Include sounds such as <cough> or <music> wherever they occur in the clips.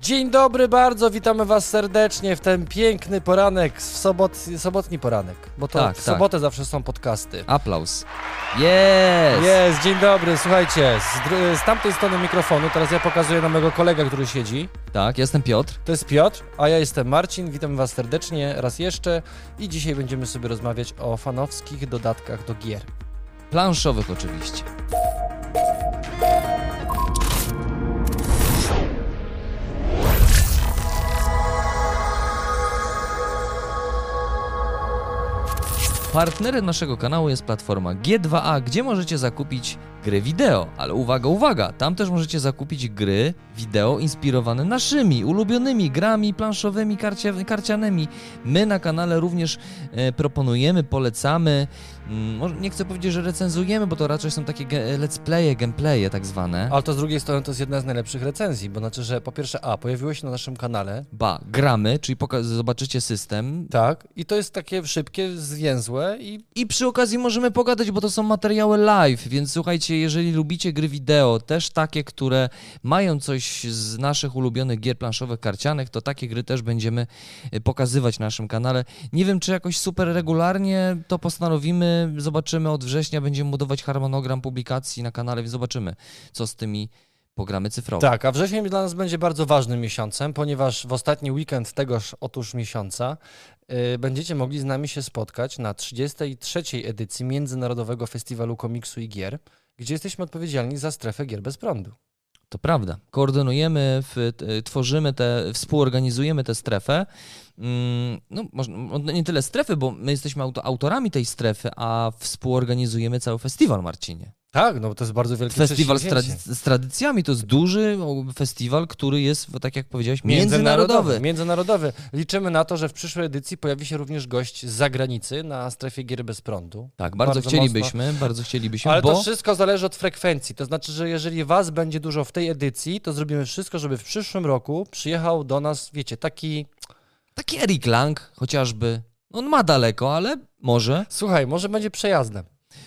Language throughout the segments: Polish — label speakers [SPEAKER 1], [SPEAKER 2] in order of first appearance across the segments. [SPEAKER 1] Dzień dobry bardzo, witamy was serdecznie w ten piękny poranek, w sobot, sobotni poranek, bo to
[SPEAKER 2] Tak,
[SPEAKER 1] w
[SPEAKER 2] tak.
[SPEAKER 1] sobotę zawsze są podcasty.
[SPEAKER 2] Aplauz. Jest!
[SPEAKER 1] Jest, dzień dobry, słuchajcie, z, dru- z tamtej strony mikrofonu, teraz ja pokazuję na mojego kolegę, który siedzi,
[SPEAKER 2] Tak, jestem Piotr.
[SPEAKER 1] to jest Piotr, a ja jestem Marcin, witam was serdecznie raz jeszcze i dzisiaj będziemy sobie rozmawiać o fanowskich dodatkach do gier.
[SPEAKER 2] Planszowych oczywiście. Partnerem naszego kanału jest platforma G2A, gdzie możecie zakupić gry wideo. Ale uwaga, uwaga, tam też możecie zakupić gry wideo inspirowane naszymi ulubionymi grami planszowymi, karcia, karcianymi. My na kanale również e, proponujemy, polecamy, mm, może- nie chcę powiedzieć, że recenzujemy, bo to raczej są takie ge- let's playe, gameplaye tak zwane.
[SPEAKER 1] Ale to z drugiej strony to jest jedna z najlepszych recenzji, bo znaczy, że po pierwsze A, pojawiło się na naszym kanale,
[SPEAKER 2] Ba, gramy, czyli poka- zobaczycie system,
[SPEAKER 1] tak, i to jest takie szybkie, zwięzłe i
[SPEAKER 2] I przy okazji możemy pogadać, bo to są materiały live, więc słuchajcie, jeżeli lubicie gry wideo, też takie, które mają coś z naszych ulubionych gier planszowych, karcianych, to takie gry też będziemy y, pokazywać na naszym kanale. Nie wiem, czy jakoś super regularnie to postanowimy, zobaczymy od września, będziemy budować harmonogram publikacji na kanale, więc zobaczymy, co z tymi programy cyfrowe.
[SPEAKER 1] Tak, a wrzesień dla nas będzie bardzo ważnym miesiącem, ponieważ w ostatni weekend tegoż otóż miesiąca y, będziecie mogli z nami się spotkać na 33. edycji Międzynarodowego Festiwalu Komiksu i Gier, gdzie jesteśmy odpowiedzialni za strefę gier bez prądu.
[SPEAKER 2] To prawda. Koordynujemy, w, t- y, tworzymy te, współorganizujemy tę strefę. Mm, No, może, no, nie tyle strefy, bo my jesteśmy auto, autorami tej strefy, a współorganizujemy cały festiwal, Marcinie.
[SPEAKER 1] Tak, no bo to jest bardzo wielkie
[SPEAKER 2] Festiwal z,
[SPEAKER 1] przedsięwzięcie.
[SPEAKER 2] trad- z tradycjami to jest duży o, festiwal, który jest, w- tak jak powiedziałeś,
[SPEAKER 1] Międzynarodowy.
[SPEAKER 2] międzynarodowy.
[SPEAKER 1] Międzynarodowy. Liczymy na to, że w przyszłej edycji pojawi się również gość z zagranicy na strefie gier bez prądu.
[SPEAKER 2] Tak, bardzo,
[SPEAKER 1] Bardzo
[SPEAKER 2] chcielibyśmy, bardzo chcielibyśmy,
[SPEAKER 1] Ale
[SPEAKER 2] bo...
[SPEAKER 1] to wszystko zależy od frekwencji. To znaczy, że jeżeli was będzie dużo w tej edycji, to zrobimy wszystko, żeby w przyszłym roku przyjechał do nas, wiecie, taki.
[SPEAKER 2] Taki Eric Lang chociażby, on ma daleko, ale może...
[SPEAKER 1] Słuchaj, może będzie przejazdem.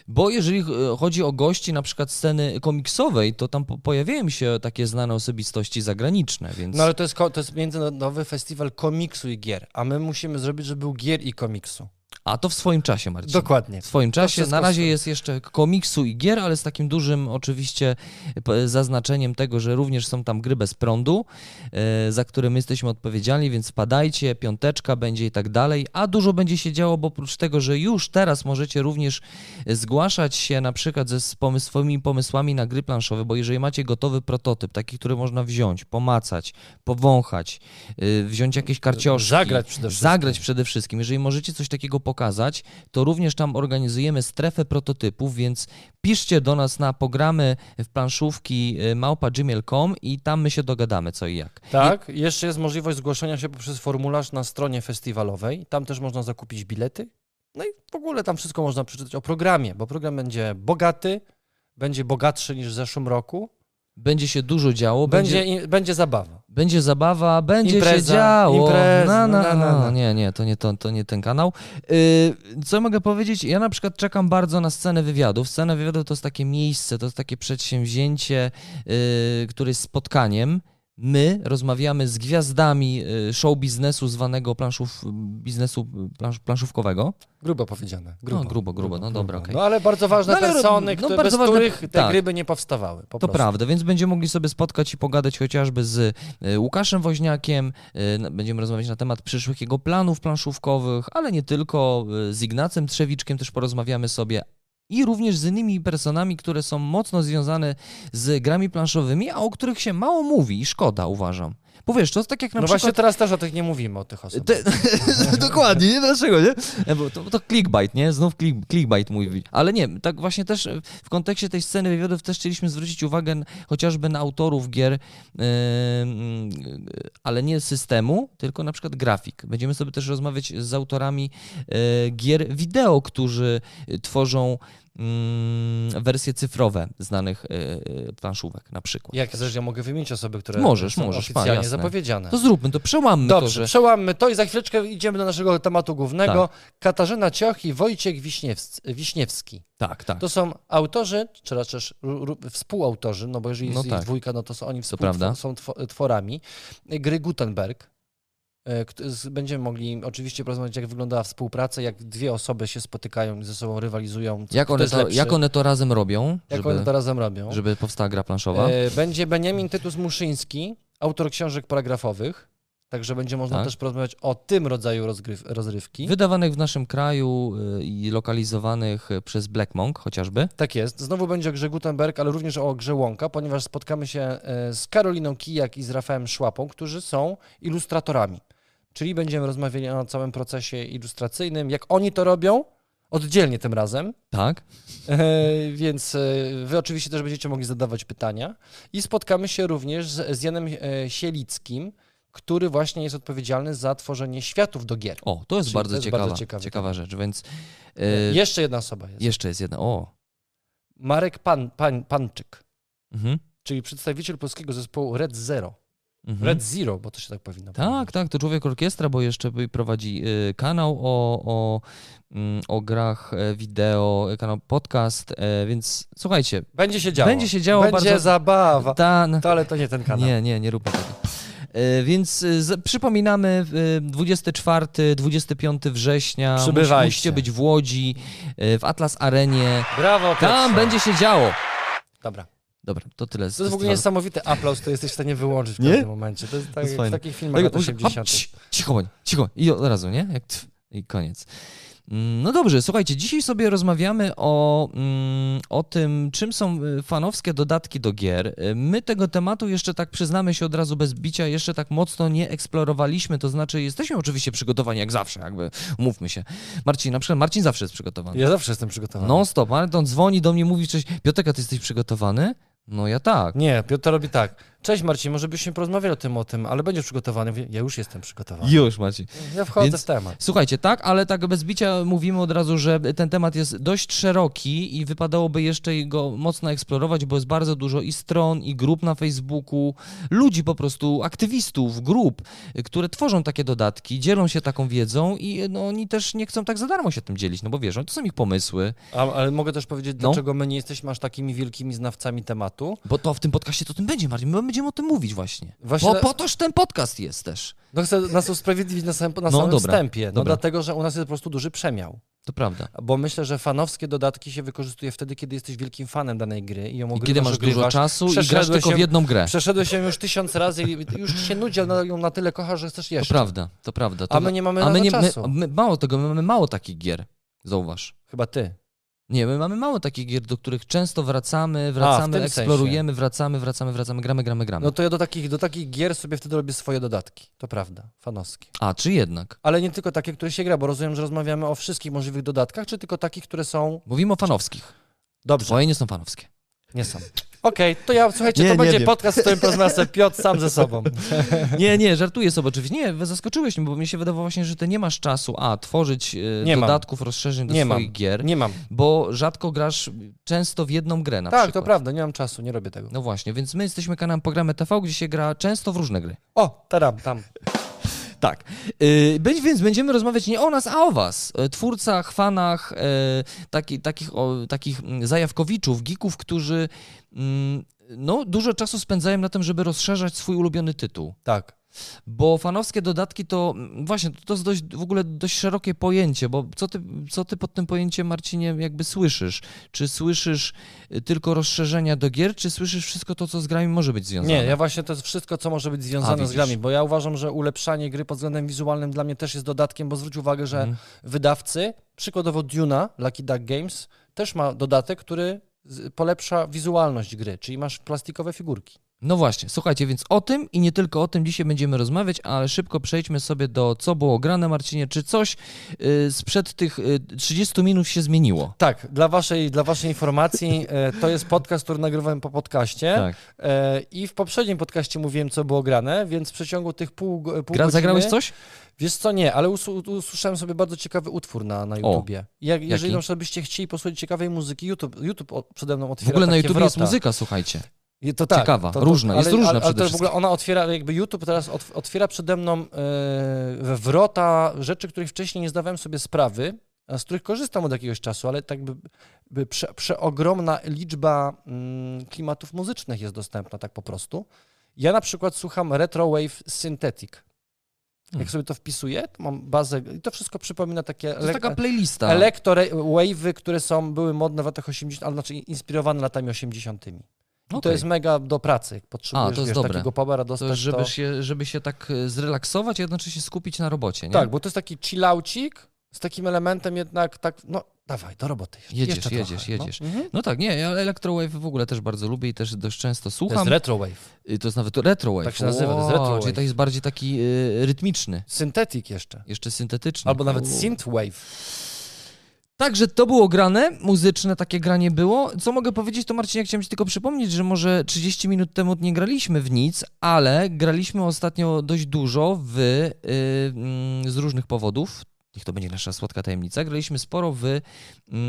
[SPEAKER 2] Bo jeżeli e, chodzi o gości na przykład sceny komiksowej, to tam po- pojawiają się takie znane osobistości zagraniczne, więc
[SPEAKER 1] No ale to jest, ko- to jest międzynarodowy festiwal komiksu i gier, a my musimy zrobić, żeby był gier i komiksu.
[SPEAKER 2] a to w swoim czasie, Marcin.
[SPEAKER 1] Dokładnie.
[SPEAKER 2] W swoim czasie.
[SPEAKER 1] wszystko
[SPEAKER 2] Na razie
[SPEAKER 1] w-
[SPEAKER 2] jest jeszcze komiksu i gier, ale z takim dużym oczywiście p- zaznaczeniem tego, że również są tam gry bez prądu, e, za które my jesteśmy odpowiedzialni, więc wpadajcie, piąteczka będzie i tak dalej. A dużo będzie się działo, bo oprócz tego, że już teraz możecie również e, zgłaszać się na przykład ze z pomysłowymi pomysłami na gry planszowe, bo jeżeli macie gotowy prototyp, taki, który można wziąć, pomacać, powąchać, y, wziąć jakieś karcioszki,
[SPEAKER 1] Zagrać przede wszystkim.
[SPEAKER 2] zagrać przede wszystkim. Jeżeli możecie coś takiego pokazać, to również tam organizujemy strefę prototypów, więc piszcie do nas na programy w planszówki y, małpa.gmail.com i tam my się dogadamy co i jak.
[SPEAKER 1] Tak, jeszcze jest możliwość zgłoszenia się poprzez formularz na stronie festiwalowej. Tam też można zakupić bilety. No i w ogóle tam wszystko można przeczytać o programie, bo program będzie bogaty, będzie bogatszy niż w zeszłym roku.
[SPEAKER 2] Będzie się dużo działo, będzie,
[SPEAKER 1] Będzie,
[SPEAKER 2] będzie,
[SPEAKER 1] i- będzie zabawa.
[SPEAKER 2] zabawa, będzie
[SPEAKER 1] Impreza,
[SPEAKER 2] się działo.
[SPEAKER 1] impreza,
[SPEAKER 2] na, na,
[SPEAKER 1] na, na, na.
[SPEAKER 2] Nie, nie, to nie, to, to nie ten kanał. Yy, co mogę powiedzieć? Ja na przykład czekam bardzo na scenę wywiadów. Scena wywiadów to jest takie miejsce, to jest takie przedsięwzięcie, yy, które jest spotkaniem. My rozmawiamy z gwiazdami yy, show biznesu zwanego planszów, biznesu plansz, planszówkowego.
[SPEAKER 1] Grubo powiedziane. Grubo,
[SPEAKER 2] No, grubo, grubo. No dobra, okej.
[SPEAKER 1] No ale bardzo ważne
[SPEAKER 2] No, ale rob-
[SPEAKER 1] persony,
[SPEAKER 2] no,
[SPEAKER 1] które,
[SPEAKER 2] bardzo
[SPEAKER 1] bez
[SPEAKER 2] ważne-
[SPEAKER 1] których te
[SPEAKER 2] tak.
[SPEAKER 1] gry by nie powstawały. Po
[SPEAKER 2] To
[SPEAKER 1] prostu.
[SPEAKER 2] prawda, więc będziemy mogli sobie spotkać i pogadać chociażby z e, Łukaszem Woźniakiem, e, na- będziemy rozmawiać na temat przyszłych jego planów planszówkowych, ale nie tylko, e, z Ignacem Trzewiczkiem też porozmawiamy sobie i również z innymi personami, które są mocno związane z grami planszowymi, a o których się mało mówi i szkoda, uważam. Bo wiesz, to jest tak jak na
[SPEAKER 1] No właśnie
[SPEAKER 2] przykład...
[SPEAKER 1] teraz też o tych nie mówimy, o tych osobach.
[SPEAKER 2] Te, <laughs> dokładnie, nie? Dlaczego, nie? E, Bo to, to clickbait, nie? Znów click, clickbait mówi. Ale nie, tak właśnie też e, w kontekście tej sceny wywiadów też chcieliśmy zwrócić uwagę n- chociażby na autorów gier, yy, mm, ale nie systemu, tylko na przykład grafik. Będziemy sobie też rozmawiać z autorami e, gier wideo, którzy e, tworzą mm, mm, wersje cyfrowe znanych y, y, planszówek na przykład.
[SPEAKER 1] Jak chcesz, ja mogę wymienić osoby, które
[SPEAKER 2] Możesz,
[SPEAKER 1] są
[SPEAKER 2] możesz, pa,
[SPEAKER 1] oficjalnie
[SPEAKER 2] jasne.
[SPEAKER 1] zapowiedziane.
[SPEAKER 2] To zróbmy to, przełammy
[SPEAKER 1] Dobrze,
[SPEAKER 2] to, że... Tak.
[SPEAKER 1] przełammy to i za chwileczkę idziemy do naszego tematu głównego. Katarzyna Cioch i Wojciech Wiśniews- Wiśniewski.
[SPEAKER 2] Tak, tak,
[SPEAKER 1] To są autorzy, czy raczej ru- ru- współautorzy, no bo jeżeli jest
[SPEAKER 2] No
[SPEAKER 1] ich
[SPEAKER 2] tak.
[SPEAKER 1] dwójka, no to są oni
[SPEAKER 2] prawda.
[SPEAKER 1] współ, są two- tworami gry Gutenberg. e, kt- z- Będziemy mogli oczywiście porozmawiać, jak wyglądała współpraca, jak dwie osoby się spotykają i ze sobą rywalizują. co-
[SPEAKER 2] Jak
[SPEAKER 1] kto
[SPEAKER 2] one,
[SPEAKER 1] jest
[SPEAKER 2] to,
[SPEAKER 1] lepszy,
[SPEAKER 2] jak one to razem robią,
[SPEAKER 1] jak
[SPEAKER 2] żeby,
[SPEAKER 1] one to razem robią.
[SPEAKER 2] żeby powstała gra planszowa?
[SPEAKER 1] No. E, Będzie Beniamin Tytus Muszyński, autor książek paragrafowych, także będzie można
[SPEAKER 2] Tak.
[SPEAKER 1] też porozmawiać o tym rodzaju rozgryw, rozrywki.
[SPEAKER 2] Wydawanych w naszym kraju y, i lokalizowanych y, przez Black Monk chociażby.
[SPEAKER 1] Tak jest. Znowu będzie o grze Gutenberg, ale również o grze Łąka, ponieważ spotkamy się e, z Karoliną Kijak i z Rafałem Szłapą, którzy są ilustratorami. Czyli będziemy rozmawiali o całym procesie ilustracyjnym, jak oni to robią, oddzielnie tym razem.
[SPEAKER 2] Tak?
[SPEAKER 1] E, Więc e, wy oczywiście też będziecie mogli zadawać pytania. I spotkamy się również z, z Janem e, Sielickim, który właśnie jest odpowiedzialny za tworzenie światów do gier.
[SPEAKER 2] O, to jest,
[SPEAKER 1] Czyli
[SPEAKER 2] bardzo,
[SPEAKER 1] to jest
[SPEAKER 2] ciekawa,
[SPEAKER 1] bardzo ciekawe,
[SPEAKER 2] ciekawa rzecz, więc y,
[SPEAKER 1] Jeszcze jedna osoba jest.
[SPEAKER 2] jeszcze jest jedna. O,
[SPEAKER 1] Marek Pan, Pan, Panczyk,
[SPEAKER 2] mhm,
[SPEAKER 1] czyli przedstawiciel polskiego zespołu Red Zero.
[SPEAKER 2] mhm.
[SPEAKER 1] Red Zero, bo to się tak powinno
[SPEAKER 2] Tak,
[SPEAKER 1] powiedzieć.
[SPEAKER 2] tak, to człowiek orkiestra, bo jeszcze by- prowadzi y, kanał o, o, mm, o grach e, wideo, e, kanał podcast, e, więc słuchajcie,
[SPEAKER 1] Będzie się działo.
[SPEAKER 2] Będzie się działo
[SPEAKER 1] Będzie
[SPEAKER 2] bardzo-
[SPEAKER 1] zabawa.
[SPEAKER 2] ta,
[SPEAKER 1] To, ale to nie ten kanał.
[SPEAKER 2] Nie, nie, nie róbmy tego. E, Więc e, z- przypominamy, e, 24-25 września musi-
[SPEAKER 1] Przybywajcie.
[SPEAKER 2] musicie być w Łodzi, e, w Atlas Arenie.
[SPEAKER 1] Brawo,
[SPEAKER 2] Tam
[SPEAKER 1] Piotrze.
[SPEAKER 2] będzie się działo.
[SPEAKER 1] Dobra.
[SPEAKER 2] Dobra, to tyle z
[SPEAKER 1] To jest w ogóle
[SPEAKER 2] festiwalu.
[SPEAKER 1] niesamowity aplauz, to jesteś w stanie wyłączyć w
[SPEAKER 2] Nie?
[SPEAKER 1] pewnym momencie. To jest tak,
[SPEAKER 2] jest
[SPEAKER 1] jak w
[SPEAKER 2] fajne.
[SPEAKER 1] takich filmach lat
[SPEAKER 2] Tego- uż-
[SPEAKER 1] 80.
[SPEAKER 2] hop, cii, Cicho, bądź, cicho. I od razu, nie? Jak tf, I koniec. Mm, No dobrze, słuchajcie, dzisiaj sobie rozmawiamy o, mm, o tym, czym są y, fanowskie dodatki do gier. Y, My tego tematu jeszcze tak przyznamy się od razu bez bicia, jeszcze tak mocno nie eksplorowaliśmy, to znaczy jesteśmy oczywiście przygotowani jak zawsze, jakby, umówmy się. Marcin, na przykład Marcin zawsze jest przygotowany.
[SPEAKER 1] Ja tak. zawsze jestem przygotowany.
[SPEAKER 2] Non stop, ale on dzwoni do mnie, mówi coś, Piotrka, ty jesteś przygotowany? No ja tak.
[SPEAKER 1] Nie, Piotr robi tak. Cześć Marcin, może byśmy porozmawiali o tym, o tym, ale będziesz przygotowany. Mówię, Ja już jestem przygotowany.
[SPEAKER 2] Już Marcin.
[SPEAKER 1] Ja wchodzę
[SPEAKER 2] Więc-
[SPEAKER 1] w temat.
[SPEAKER 2] Słuchajcie, tak, ale tak bez bicia mówimy od razu, że ten temat jest dość szeroki i wypadałoby jeszcze go mocno eksplorować, bo jest bardzo dużo i stron, i grup na Facebooku, ludzi po prostu, aktywistów, grup, y, które tworzą takie dodatki, dzielą się taką wiedzą i y, no, oni też nie chcą tak za darmo się tym dzielić, no bo wierzą, to są ich pomysły,
[SPEAKER 1] A, ale mogę też powiedzieć,
[SPEAKER 2] No.
[SPEAKER 1] dlaczego my nie jesteśmy aż takimi wielkimi znawcami tematu.
[SPEAKER 2] bo to w tym podcaście to o tym będzie, Marcin, my będziemy o tym mówić właśnie.
[SPEAKER 1] Właśnie-
[SPEAKER 2] Po, po toż ten podcast jest też,
[SPEAKER 1] No chcę nas usprawiedliwić na samym, na
[SPEAKER 2] No,
[SPEAKER 1] samym
[SPEAKER 2] dobra,
[SPEAKER 1] wstępie. No
[SPEAKER 2] dobra.
[SPEAKER 1] dlatego, że u nas jest po prostu duży przemiał.
[SPEAKER 2] to prawda.
[SPEAKER 1] Bo myślę, że fanowskie dodatki się wykorzystuje wtedy, kiedy jesteś wielkim fanem danej gry i ją
[SPEAKER 2] I
[SPEAKER 1] ogrywasz,
[SPEAKER 2] kiedy masz dużo
[SPEAKER 1] ogrywasz.
[SPEAKER 2] czasu i grasz
[SPEAKER 1] Przeszedłeś
[SPEAKER 2] tylko
[SPEAKER 1] się-
[SPEAKER 2] w jedną grę.
[SPEAKER 1] Przeszedłeś ją już tysiąc razy i już ci się nudzi, ale ją na tyle kochasz, że chcesz
[SPEAKER 2] To
[SPEAKER 1] jeszcze.
[SPEAKER 2] prawda, to prawda. To
[SPEAKER 1] A my nie mamy
[SPEAKER 2] A
[SPEAKER 1] na
[SPEAKER 2] my,
[SPEAKER 1] to
[SPEAKER 2] nie, my,
[SPEAKER 1] czasu.
[SPEAKER 2] my mało tego, my mamy mało takich gier. Zauważ.
[SPEAKER 1] Chyba ty.
[SPEAKER 2] Nie, my mamy mało takich gier, do których często wracamy, wracamy,
[SPEAKER 1] tym
[SPEAKER 2] eksplorujemy, wracamy, wracamy, wracamy, gramy, gramy, gramy.
[SPEAKER 1] No to ja do takich, do takich gier sobie wtedy robię swoje dodatki. To prawda, fanowskie.
[SPEAKER 2] A, czy jednak?
[SPEAKER 1] Ale nie tylko takie, które się gra, bo rozumiem, że rozmawiamy o wszystkich możliwych dodatkach, czy tylko takich, które są
[SPEAKER 2] Mówimy o fanowskich.
[SPEAKER 1] dobrze.
[SPEAKER 2] Twoje nie są fanowskie.
[SPEAKER 1] Nie są. Okej, to ja, słuchajcie,
[SPEAKER 2] Nie,
[SPEAKER 1] to
[SPEAKER 2] nie
[SPEAKER 1] będzie
[SPEAKER 2] wiem.
[SPEAKER 1] podcast, w którym porozmawia sobie Piotr sam ze sobą.
[SPEAKER 2] <laughs> Nie, nie, żartuję sobie oczywiście. Nie, zaskoczyłeś mnie, bo mi się wydawało właśnie, że ty nie masz czasu, a, tworzyć e,
[SPEAKER 1] Nie mam.
[SPEAKER 2] dodatków, rozszerzeń do
[SPEAKER 1] Nie
[SPEAKER 2] swoich
[SPEAKER 1] mam.
[SPEAKER 2] gier,
[SPEAKER 1] Nie mam.
[SPEAKER 2] bo rzadko grasz często w jedną grę na
[SPEAKER 1] tak,
[SPEAKER 2] przykład.
[SPEAKER 1] to prawda, nie mam czasu, nie robię tego.
[SPEAKER 2] No właśnie, więc my jesteśmy kanałem Programy TV, gdzie się gra często w różne gry.
[SPEAKER 1] O, taram, tam.
[SPEAKER 2] Tak. Y, Być, więc będziemy rozmawiać nie o nas, a o was. Y, Twórcach, fanach, y, taki, takich, o, takich mm, zajawkowiczów, geeków, którzy mm, no, dużo czasu spędzają na tym, żeby rozszerzać swój ulubiony tytuł.
[SPEAKER 1] Tak.
[SPEAKER 2] Bo fanowskie dodatki to mm, właśnie to- to jest dość, w ogóle dość szerokie pojęcie, bo co ty, co ty pod tym pojęciem, Marcinie, jakby słyszysz? Czy słyszysz y, tylko rozszerzenia do gier, czy słyszysz wszystko to, co z grami może być związane?
[SPEAKER 1] Nie, ja właśnie to jest wszystko, co może być związane
[SPEAKER 2] A,
[SPEAKER 1] z
[SPEAKER 2] widzisz.
[SPEAKER 1] grami, bo ja uważam, że ulepszanie gry pod względem wizualnym dla mnie też jest dodatkiem, bo zwróć uwagę, że
[SPEAKER 2] Mhm.
[SPEAKER 1] wydawcy, przykładowo Duna, Lucky Duck Games, też ma dodatek, który z- polepsza wizualność gry, czyli masz plastikowe figurki.
[SPEAKER 2] No właśnie, słuchajcie, więc o tym i nie tylko o tym dzisiaj będziemy rozmawiać, ale szybko przejdźmy sobie do co było grane, Marcinie. Czy coś y, sprzed tych y, 30 minut się zmieniło?
[SPEAKER 1] Tak, dla waszej, dla waszej
[SPEAKER 2] <laughs>
[SPEAKER 1] informacji, e, to jest podcast, który nagrywałem po podcaście.
[SPEAKER 2] Tak.
[SPEAKER 1] E, I w poprzednim podcaście mówiłem, co było grane, więc w przeciągu tych pół, go- pół
[SPEAKER 2] Gra,
[SPEAKER 1] godziny...
[SPEAKER 2] zagrałeś coś?
[SPEAKER 1] Wiesz co, nie, ale usu- usłyszałem sobie bardzo ciekawy utwór na, na YouTubie. Jak, jeżeli
[SPEAKER 2] jaki?
[SPEAKER 1] na przykład byście chcieli posłuchać ciekawej muzyki, YouTube, YouTube o- przede mną otwiera
[SPEAKER 2] W ogóle na
[SPEAKER 1] takie
[SPEAKER 2] YouTube
[SPEAKER 1] wrota.
[SPEAKER 2] jest muzyka, słuchajcie.
[SPEAKER 1] I To tak,
[SPEAKER 2] Ciekawa,
[SPEAKER 1] to,
[SPEAKER 2] różna, jest
[SPEAKER 1] ale,
[SPEAKER 2] różna
[SPEAKER 1] ale, ale
[SPEAKER 2] przede
[SPEAKER 1] to w ogóle ona otwiera, jakby YouTube teraz otw- otwiera przede mną e, we wrota rzeczy, których wcześniej nie zdawałem sobie sprawy, a z których korzystam od jakiegoś czasu, ale tak by, by prze, przeogromna liczba mm, klimatów muzycznych jest dostępna tak po prostu. Ja na przykład słucham Retrowave Synthetic. Jak
[SPEAKER 2] Hmm.
[SPEAKER 1] sobie to wpisuję, to mam bazę i to wszystko przypomina takie...
[SPEAKER 2] To jest
[SPEAKER 1] lek-
[SPEAKER 2] taka playlista.
[SPEAKER 1] Elektrowave'y, które są, były modne w latach 80., a znaczy inspirowane latami 80. I To
[SPEAKER 2] Okej.
[SPEAKER 1] jest mega do pracy. jak Potrzebujesz
[SPEAKER 2] A, to jest
[SPEAKER 1] wiesz,
[SPEAKER 2] dobre.
[SPEAKER 1] takiego powera
[SPEAKER 2] To
[SPEAKER 1] dostać.
[SPEAKER 2] jest, żeby,
[SPEAKER 1] to...
[SPEAKER 2] Się, żeby się tak y, zrelaksować, a jednocześnie skupić na robocie, nie?
[SPEAKER 1] Tak, bo to jest taki chillaucik z takim elementem jednak tak, no dawaj, do roboty. Jeszcze,
[SPEAKER 2] Jedziesz,
[SPEAKER 1] jeszcze
[SPEAKER 2] jedziesz,
[SPEAKER 1] trochę,
[SPEAKER 2] jedziesz.
[SPEAKER 1] No. Mhm.
[SPEAKER 2] No tak, nie, ja Electrowave w ogóle też bardzo lubię i też dość często
[SPEAKER 1] To jest
[SPEAKER 2] słucham.
[SPEAKER 1] retrowave.
[SPEAKER 2] Y, To jest nawet Retrowave.
[SPEAKER 1] Tak się nazywa, to jest
[SPEAKER 2] Wow,
[SPEAKER 1] retrowave.
[SPEAKER 2] Czyli to jest bardziej taki y, rytmiczny,
[SPEAKER 1] Syntetik jeszcze.
[SPEAKER 2] jeszcze syntetyczny.
[SPEAKER 1] Albo nawet
[SPEAKER 2] Wow.
[SPEAKER 1] synthwave.
[SPEAKER 2] Także Tak, to było grane, muzyczne takie granie było. Co mogę powiedzieć, to Marcin, ja chciałem Ci tylko przypomnieć, że może 30 minut temu nie graliśmy w nic, ale graliśmy ostatnio dość dużo w, y, mm, z różnych powodów. Niech to będzie nasza słodka tajemnica. Graliśmy sporo w mm,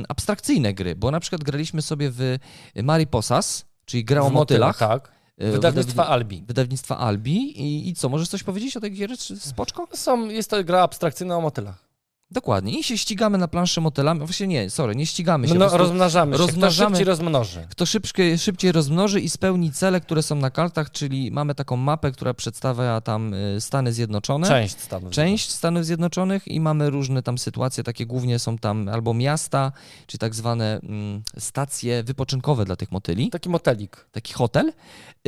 [SPEAKER 2] abstrakcyjne gry, bo na przykład graliśmy sobie w Mariposas, czyli gra o
[SPEAKER 1] W motyla,
[SPEAKER 2] motylach.
[SPEAKER 1] Tak.
[SPEAKER 2] y,
[SPEAKER 1] Wydawnictwa
[SPEAKER 2] wydaw-
[SPEAKER 1] Albi.
[SPEAKER 2] Wydawnictwa Albi. I, I co, możesz coś powiedzieć o tej gierze spoczko?
[SPEAKER 1] Są, jest to gra abstrakcyjna o motylach.
[SPEAKER 2] Dokładnie. I się ścigamy na planszy motylami. Właśnie nie, sorry, nie ścigamy się.
[SPEAKER 1] No,
[SPEAKER 2] po prostu-
[SPEAKER 1] rozmnażamy się. Kto
[SPEAKER 2] rozmnażamy-
[SPEAKER 1] szybciej rozmnoży.
[SPEAKER 2] Kto szybciej, szybciej rozmnoży i spełni cele, które są na kartach, czyli mamy taką mapę, która przedstawia tam y, Stany Zjednoczone.
[SPEAKER 1] Część stanu.
[SPEAKER 2] Część Stanów Zjednoczonych i mamy różne tam sytuacje, takie głównie są tam albo miasta, czy tak zwane mm, stacje wypoczynkowe dla tych motyli,
[SPEAKER 1] Taki motelik.
[SPEAKER 2] taki hotel,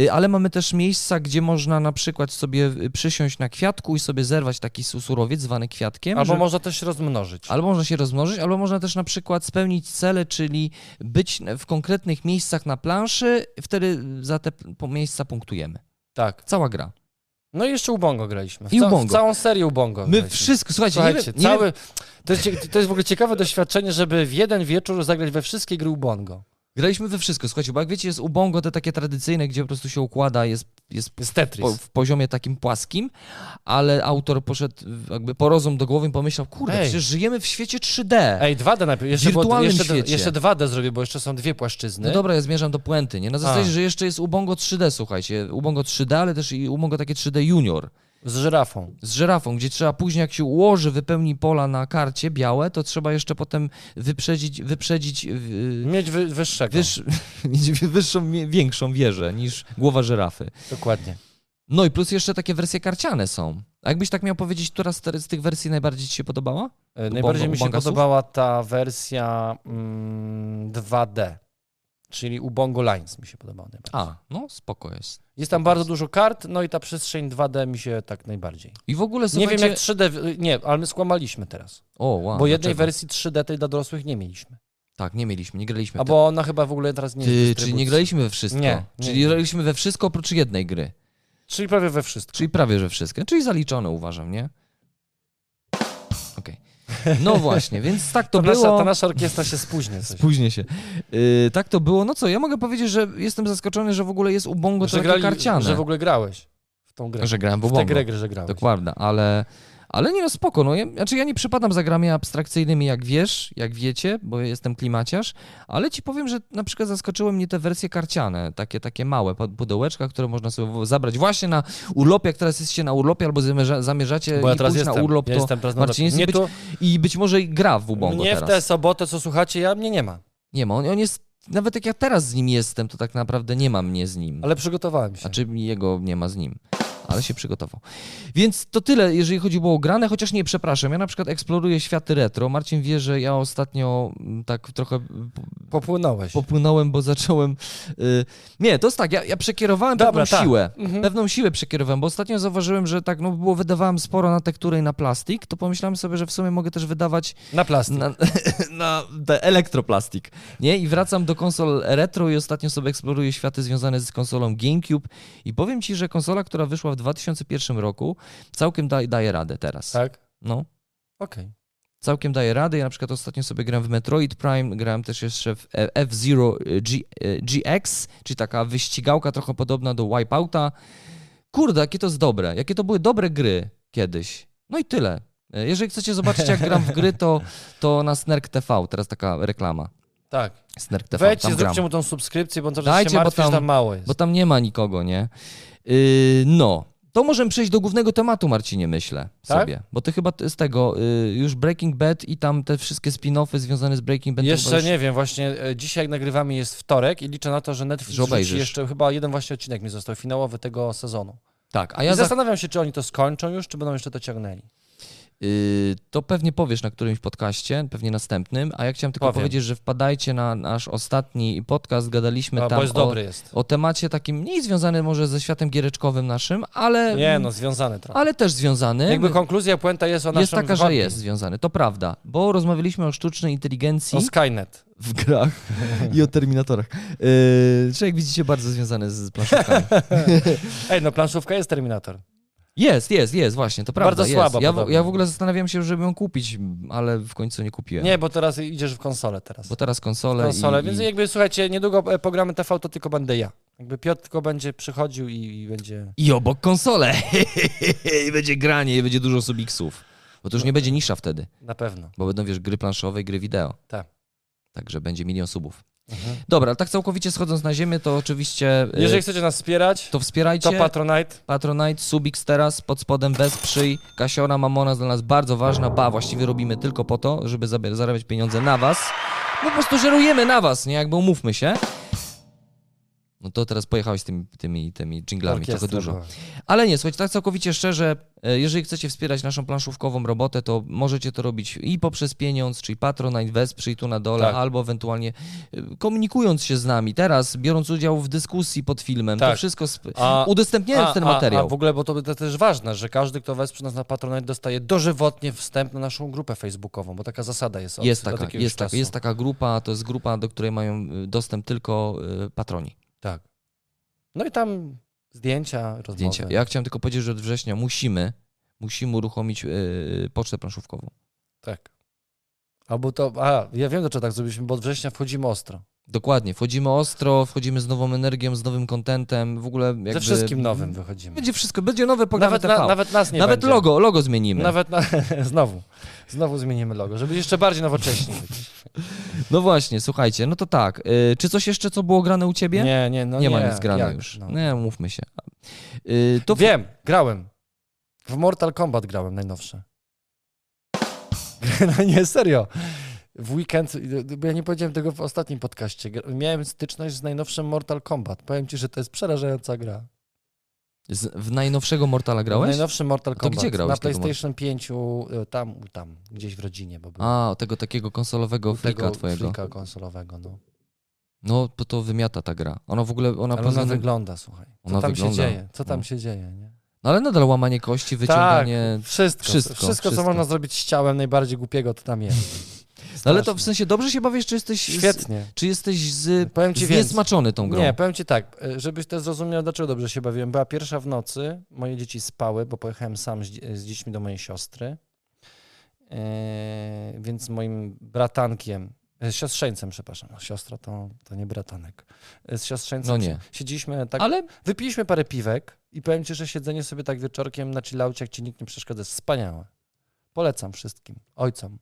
[SPEAKER 2] Y, ale mamy też miejsca, gdzie można na przykład sobie y, przysiąść na kwiatku i sobie zerwać taki su- surowiec zwany kwiatkiem.
[SPEAKER 1] Albo
[SPEAKER 2] że-
[SPEAKER 1] można też się rozmnożyć.
[SPEAKER 2] Albo można się rozmnożyć, albo można też na przykład spełnić cele, czyli być w konkretnych miejscach na planszy, wtedy za te p- po- miejsca punktujemy.
[SPEAKER 1] Tak.
[SPEAKER 2] Cała gra.
[SPEAKER 1] No i jeszcze Ubongo graliśmy. W,
[SPEAKER 2] I
[SPEAKER 1] ca-
[SPEAKER 2] Ubongo.
[SPEAKER 1] w całą serię Ubongo.
[SPEAKER 2] My wszystko, słuchajcie, nie,
[SPEAKER 1] Słuchajcie,
[SPEAKER 2] wiem- nie,
[SPEAKER 1] cały... To jest, cie- to jest w ogóle ciekawe doświadczenie, żeby w jeden wieczór zagrać we wszystkie gry Ubongo.
[SPEAKER 2] graliśmy we wszystko, słuchajcie, bo jak wiecie, jest ubongo te takie tradycyjne, gdzie po prostu się układa, jest, jest
[SPEAKER 1] Jest
[SPEAKER 2] po,
[SPEAKER 1] Tetris.
[SPEAKER 2] w poziomie takim płaskim, ale autor poszedł w- jakby po rozum do głowy i pomyślał, kurde,
[SPEAKER 1] Ej.
[SPEAKER 2] przecież żyjemy w świecie 3D.
[SPEAKER 1] Ej, 2D najpierw. Jeszcze, było-
[SPEAKER 2] wirtualnym
[SPEAKER 1] jeszcze, d-
[SPEAKER 2] świecie.
[SPEAKER 1] jeszcze 2D zrobię, bo jeszcze są dwie płaszczyzny.
[SPEAKER 2] No dobra, ja zmierzam do puenty, nie? Na zasadzie,
[SPEAKER 1] A.
[SPEAKER 2] że jeszcze jest Ubongo 3D, słuchajcie. Ubongo 3D, ale też i Ubongo takie 3D Junior.
[SPEAKER 1] Z żyrafą.
[SPEAKER 2] z żyrafą, gdzie trzeba później, jak się ułoży, wypełni pola na karcie białe, to trzeba jeszcze potem wyprzedzić, wyprzedzić yy,
[SPEAKER 1] Mieć wy, wyższego.
[SPEAKER 2] wyż, <laughs> mieć wyższą, mie- większą wieżę niż głowa żyrafy.
[SPEAKER 1] Dokładnie.
[SPEAKER 2] No i plus jeszcze takie wersje karciane są. A jakbyś tak miał powiedzieć, która z, te, z tych wersji najbardziej ci się podobała?
[SPEAKER 1] E, Najbardziej mi się
[SPEAKER 2] Ubongasów?
[SPEAKER 1] podobała ta wersja mm, 2D. Czyli Ubongo Lines mi się podobała najbardziej.
[SPEAKER 2] A, no spoko jest.
[SPEAKER 1] Jest tam bardzo dużo kart, no i ta przestrzeń 2D mi się tak najbardziej.
[SPEAKER 2] I w ogóle
[SPEAKER 1] Nie
[SPEAKER 2] słuchajcie...
[SPEAKER 1] wiem jak 3D, w- nie, ale my skłamaliśmy teraz.
[SPEAKER 2] O, wow,
[SPEAKER 1] Bo jednej
[SPEAKER 2] dlaczego?
[SPEAKER 1] wersji 3D tej dla dorosłych nie mieliśmy.
[SPEAKER 2] Tak, nie mieliśmy, nie graliśmy. w te-
[SPEAKER 1] Albo ona chyba w ogóle teraz nie jest. w
[SPEAKER 2] Ty,
[SPEAKER 1] dystrybucji.
[SPEAKER 2] czyli nie graliśmy we wszystko.
[SPEAKER 1] Nie, nie,
[SPEAKER 2] czyli
[SPEAKER 1] nie.
[SPEAKER 2] graliśmy we wszystko oprócz jednej gry.
[SPEAKER 1] Czyli prawie we wszystko.
[SPEAKER 2] Czyli prawie, że wszystkie. Czyli zaliczone uważam, nie? Okej. No właśnie, więc
[SPEAKER 1] <laughs>
[SPEAKER 2] tak to,
[SPEAKER 1] To,
[SPEAKER 2] było.
[SPEAKER 1] nasza, ta nasza orkiestra się spóźnia. Coś.
[SPEAKER 2] Spóźnię się. Yy, tak to było. No co, ja mogę powiedzieć, że jestem zaskoczony, że w ogóle jest ubongo to takie karciane.
[SPEAKER 1] że w ogóle grałeś w tą grę.
[SPEAKER 2] Że grałem w
[SPEAKER 1] w tę
[SPEAKER 2] ubongo.
[SPEAKER 1] grę, grę, że grałeś.
[SPEAKER 2] Dokładnie, ale, ale nie no spoko, no ja, znaczy ja nie przypadam za grami abstrakcyjnymi, jak wiesz, jak wiecie, bo ja jestem klimaciarz, ale ci powiem, że na przykład zaskoczyły mnie te wersje karciane, takie, takie małe pod- pudełeczka, które można sobie w- zabrać właśnie na urlopie, jak teraz jesteście na urlopie albo zamierza, zamierzacie
[SPEAKER 1] Bo ja
[SPEAKER 2] i
[SPEAKER 1] teraz
[SPEAKER 2] pójść
[SPEAKER 1] jestem.
[SPEAKER 2] na urlop, to
[SPEAKER 1] ja jestem teraz na
[SPEAKER 2] Marcin jest
[SPEAKER 1] urlopie.
[SPEAKER 2] i być, i być może i gra w
[SPEAKER 1] nie tu,
[SPEAKER 2] Ubongo
[SPEAKER 1] mnie w
[SPEAKER 2] teraz.
[SPEAKER 1] tę sobotę, co słuchacie, ja mnie nie ma.
[SPEAKER 2] Nie ma, on, on jest, nawet jak ja teraz z nim jestem, to tak naprawdę nie ma mnie z nim.
[SPEAKER 1] Ale przygotowałem się.
[SPEAKER 2] Znaczy jego nie ma z nim. ale się przygotował. Więc to tyle, jeżeli chodzi było o grane, chociaż nie, przepraszam, ja na przykład eksploruję światy retro. Marcin wie, że ja ostatnio mm, tak trochę
[SPEAKER 1] Popłynąłeś.
[SPEAKER 2] popłynąłem, bo zacząłem... y, Nie, to jest tak, ja, ja przekierowałem
[SPEAKER 1] Dobra,
[SPEAKER 2] pewną
[SPEAKER 1] tak.
[SPEAKER 2] siłę.
[SPEAKER 1] Mhm.
[SPEAKER 2] Pewną siłę przekierowałem, bo ostatnio zauważyłem, że tak, no było, wydawałem sporo na tekturę i na plastik, to pomyślałem sobie, że w sumie mogę też wydawać
[SPEAKER 1] Na plastik.
[SPEAKER 2] na, <laughs> na te elektroplastik. Nie? I wracam do konsol retro i ostatnio sobie eksploruję światy związane z konsolą GameCube i powiem ci, że konsola, która wyszła w 2001 roku, całkiem da, daje radę teraz.
[SPEAKER 1] Tak?
[SPEAKER 2] No.
[SPEAKER 1] Okej.
[SPEAKER 2] Całkiem daje radę. Ja na przykład ostatnio sobie grałem w Metroid Prime, grałem też jeszcze w e, F-Zero e, G, e, GX, czyli taka wyścigałka trochę podobna do Wipeouta. Kurde, jakie to jest dobre. Jakie to były dobre gry kiedyś. No i tyle. E, Jeżeli chcecie zobaczyć, jak gram w gry, to, to na Snerk TV. Teraz taka reklama.
[SPEAKER 1] Tak.
[SPEAKER 2] Snerk TV.
[SPEAKER 1] Wejdźcie,
[SPEAKER 2] tam gram.
[SPEAKER 1] zróbcie mu tą subskrypcję, bo on cały
[SPEAKER 2] Dajcie,
[SPEAKER 1] czas się
[SPEAKER 2] bo
[SPEAKER 1] martwi,
[SPEAKER 2] tam-
[SPEAKER 1] że tam mało jest.
[SPEAKER 2] Bo tam nie ma nikogo, nie? Yy, no. To możemy przejść do głównego tematu, Marcinie, myślę
[SPEAKER 1] Tak?
[SPEAKER 2] sobie. Bo ty chyba t- z tego yy, już Breaking Bad i tam te wszystkie spin-offy związane z Breaking Bad. to chyba
[SPEAKER 1] Jeszcze
[SPEAKER 2] już...
[SPEAKER 1] nie wiem, właśnie e, dzisiaj jak nagrywamy jest wtorek i liczę na to, że Netflix
[SPEAKER 2] Że
[SPEAKER 1] wrzuci
[SPEAKER 2] obejrzysz.
[SPEAKER 1] jeszcze chyba jeden właśnie odcinek mi został finałowy tego sezonu.
[SPEAKER 2] Tak, a
[SPEAKER 1] I
[SPEAKER 2] ja za...
[SPEAKER 1] zastanawiam się, czy oni to skończą już, czy będą jeszcze to ciągnęli.
[SPEAKER 2] Yy, to pewnie powiesz na którymś podcaście, pewnie następnym, a ja chciałem tylko
[SPEAKER 1] Powiem.
[SPEAKER 2] powiedzieć, że wpadajcie na nasz ostatni podcast, gadaliśmy
[SPEAKER 1] A,
[SPEAKER 2] tam
[SPEAKER 1] bo jest
[SPEAKER 2] o,
[SPEAKER 1] dobry jest.
[SPEAKER 2] o temacie takim mniej związany może ze światem giereczkowym naszym, ale,
[SPEAKER 1] Nie no, związany trochę.
[SPEAKER 2] ale też związany.
[SPEAKER 1] Jakby konkluzja, puenta jest o naszym
[SPEAKER 2] jest taka, że
[SPEAKER 1] wypadku.
[SPEAKER 2] jest związany, to prawda, bo rozmawialiśmy o sztucznej inteligencji
[SPEAKER 1] O Skynet.
[SPEAKER 2] w grach i o terminatorach. Yy, czyli jak widzicie, bardzo związany z planszówkami.
[SPEAKER 1] Ej, no planszówka jest Terminator.
[SPEAKER 2] <laughs> Jest, jest, jest, właśnie, to prawda.
[SPEAKER 1] Bardzo
[SPEAKER 2] jest.
[SPEAKER 1] słaba
[SPEAKER 2] ja, w,
[SPEAKER 1] podobno.
[SPEAKER 2] ja w ogóle zastanawiam się, żeby ją kupić, ale w końcu nie kupiłem.
[SPEAKER 1] Nie, bo teraz idziesz w konsolę teraz.
[SPEAKER 2] Bo teraz konsole.
[SPEAKER 1] konsolę,
[SPEAKER 2] i,
[SPEAKER 1] więc
[SPEAKER 2] i,
[SPEAKER 1] jakby słuchajcie, niedługo e, pogramy TV, to tylko będę ja. Jakby Piotr tylko będzie przychodził i, i będzie...
[SPEAKER 2] I obok konsole. <laughs> I będzie granie, i będzie dużo subiksów. Bo to już nie będzie nisza wtedy,
[SPEAKER 1] Na pewno.
[SPEAKER 2] bo będą, wiesz, gry planszowe i gry wideo.
[SPEAKER 1] Tak. Mhm.
[SPEAKER 2] Także będzie milion subów. Dobra, tak całkowicie schodząc na ziemię, to oczywiście. yy,
[SPEAKER 1] Jeżeli chcecie nas wspierać,
[SPEAKER 2] to wspierajcie.
[SPEAKER 1] to Patronite.
[SPEAKER 2] Patronite, Subix teraz, pod spodem wesprzyj. Kasiora Mamona jest dla nas bardzo ważna, ba, właściwie robimy tylko po to, żeby zabier- zarabiać pieniądze na was. No po prostu żerujemy na was, nie? Jakby umówmy się. No to teraz pojechałeś tymi, tymi, tymi dżinglami, trochę
[SPEAKER 1] Orkiestra no.
[SPEAKER 2] dużo.
[SPEAKER 1] była.
[SPEAKER 2] Ale nie, słuchajcie, tak całkowicie szczerze, e, jeżeli chcecie wspierać naszą planszówkową robotę, to możecie to robić i poprzez pieniądz, czyli Patronite, wesprzyj tu na dole,
[SPEAKER 1] Tak.
[SPEAKER 2] albo ewentualnie e, komunikując się z nami teraz, biorąc udział w dyskusji pod filmem. To
[SPEAKER 1] Tak.
[SPEAKER 2] wszystko sp-
[SPEAKER 1] A-
[SPEAKER 2] udostępniając ten materiał.
[SPEAKER 1] A, a w ogóle, bo to, to też ważne, że każdy, kto wesprze nas na Patronite, dostaje dożywotnie wstęp na naszą grupę facebookową, bo taka zasada jest. Od,
[SPEAKER 2] Jest
[SPEAKER 1] od
[SPEAKER 2] taka,
[SPEAKER 1] jakiegoś
[SPEAKER 2] jest, taka,
[SPEAKER 1] czasu.
[SPEAKER 2] jest taka grupa, to jest grupa, do której mają y, dostęp tylko y, patroni.
[SPEAKER 1] Tak. No i tam zdjęcia, rozmowy.
[SPEAKER 2] Zdjęcia. Ja chciałem tylko powiedzieć, że od września musimy, musimy uruchomić y, pocztę planszówkową.
[SPEAKER 1] Tak. Albo to, a, ja wiem, dlaczego tak zrobiliśmy, bo od września wchodzimy ostro.
[SPEAKER 2] Dokładnie, wchodzimy ostro, wchodzimy z nową energią, z nowym kontentem, w ogóle jakby...
[SPEAKER 1] Ze wszystkim nowym wychodzimy.
[SPEAKER 2] Będzie wszystko, będzie nowe programy
[SPEAKER 1] Nawet,
[SPEAKER 2] TV.
[SPEAKER 1] na, nawet nas nie
[SPEAKER 2] Nawet
[SPEAKER 1] będzie.
[SPEAKER 2] logo, logo zmienimy.
[SPEAKER 1] Nawet na, <laughs> znowu. Znowu zmienimy logo, żeby jeszcze bardziej nowocześnie być.
[SPEAKER 2] No właśnie, słuchajcie, no to tak. Y, czy coś jeszcze, co było grane u ciebie?
[SPEAKER 1] Nie, nie, no nie.
[SPEAKER 2] nie ma nic grane
[SPEAKER 1] jak,
[SPEAKER 2] już.
[SPEAKER 1] no.
[SPEAKER 2] Nie, mówmy się. Y, to
[SPEAKER 1] Wiem, grałem. W Mortal Kombat grałem najnowsze. <laughs> No nie, serio. W weekend, bo ja nie powiedziałem tego w ostatnim podcaście, gra- miałem styczność z najnowszym Mortal Kombat. Powiem ci, że to jest przerażająca gra.
[SPEAKER 2] z, w najnowszego Mortala grałeś?
[SPEAKER 1] W najnowszym Mortal
[SPEAKER 2] To
[SPEAKER 1] Kombat.
[SPEAKER 2] gdzie grałeś
[SPEAKER 1] Na
[SPEAKER 2] tego
[SPEAKER 1] PlayStation 5, y, tam, tam, gdzieś w rodzinie, bo był.
[SPEAKER 2] A, tego takiego konsolowego flika twojego.
[SPEAKER 1] flika konsolowego, no.
[SPEAKER 2] No, bo to wymiata ta gra. Ona w ogóle, ona
[SPEAKER 1] Ale
[SPEAKER 2] poza
[SPEAKER 1] ona
[SPEAKER 2] tym-
[SPEAKER 1] wygląda, słuchaj. Co
[SPEAKER 2] Ona
[SPEAKER 1] tam
[SPEAKER 2] wygląda.
[SPEAKER 1] się dzieje? Co tam
[SPEAKER 2] No.
[SPEAKER 1] się dzieje, nie?
[SPEAKER 2] No, ale nadal łamanie kości, wyciąganie...
[SPEAKER 1] tak, wszystko,
[SPEAKER 2] wszystko,
[SPEAKER 1] wszystko,
[SPEAKER 2] wszystko.
[SPEAKER 1] co można zrobić z ciałem najbardziej głupiego, to tam jest.
[SPEAKER 2] No, <laughs> ale to w
[SPEAKER 1] Straszne.
[SPEAKER 2] sensie dobrze się bawisz, czy jesteś... Z,
[SPEAKER 1] Świetnie.
[SPEAKER 2] czy jesteś z...
[SPEAKER 1] y, Powiem ci więcej.
[SPEAKER 2] Zniesmaczony tą grą.
[SPEAKER 1] Nie, powiem ci tak, e, żebyś też zrozumiał, dlaczego dobrze się bawiłem. Była pierwsza w nocy, moje dzieci spały, bo pojechałem sam z, dzie- z dziećmi do mojej siostry. E, więc moim bratankiem, e, siostrzeńcem, przepraszam, no, siostra to, to nie bratanek. E, Z siostrzeńcem
[SPEAKER 2] No nie.
[SPEAKER 1] si- siedzieliśmy tak,
[SPEAKER 2] Ale
[SPEAKER 1] wypiliśmy parę piwek i powiem ci, że siedzenie sobie tak wieczorkiem na chillaucie, jak ci nikt nie przeszkadza, jest wspaniałe. Polecam wszystkim, ojcom.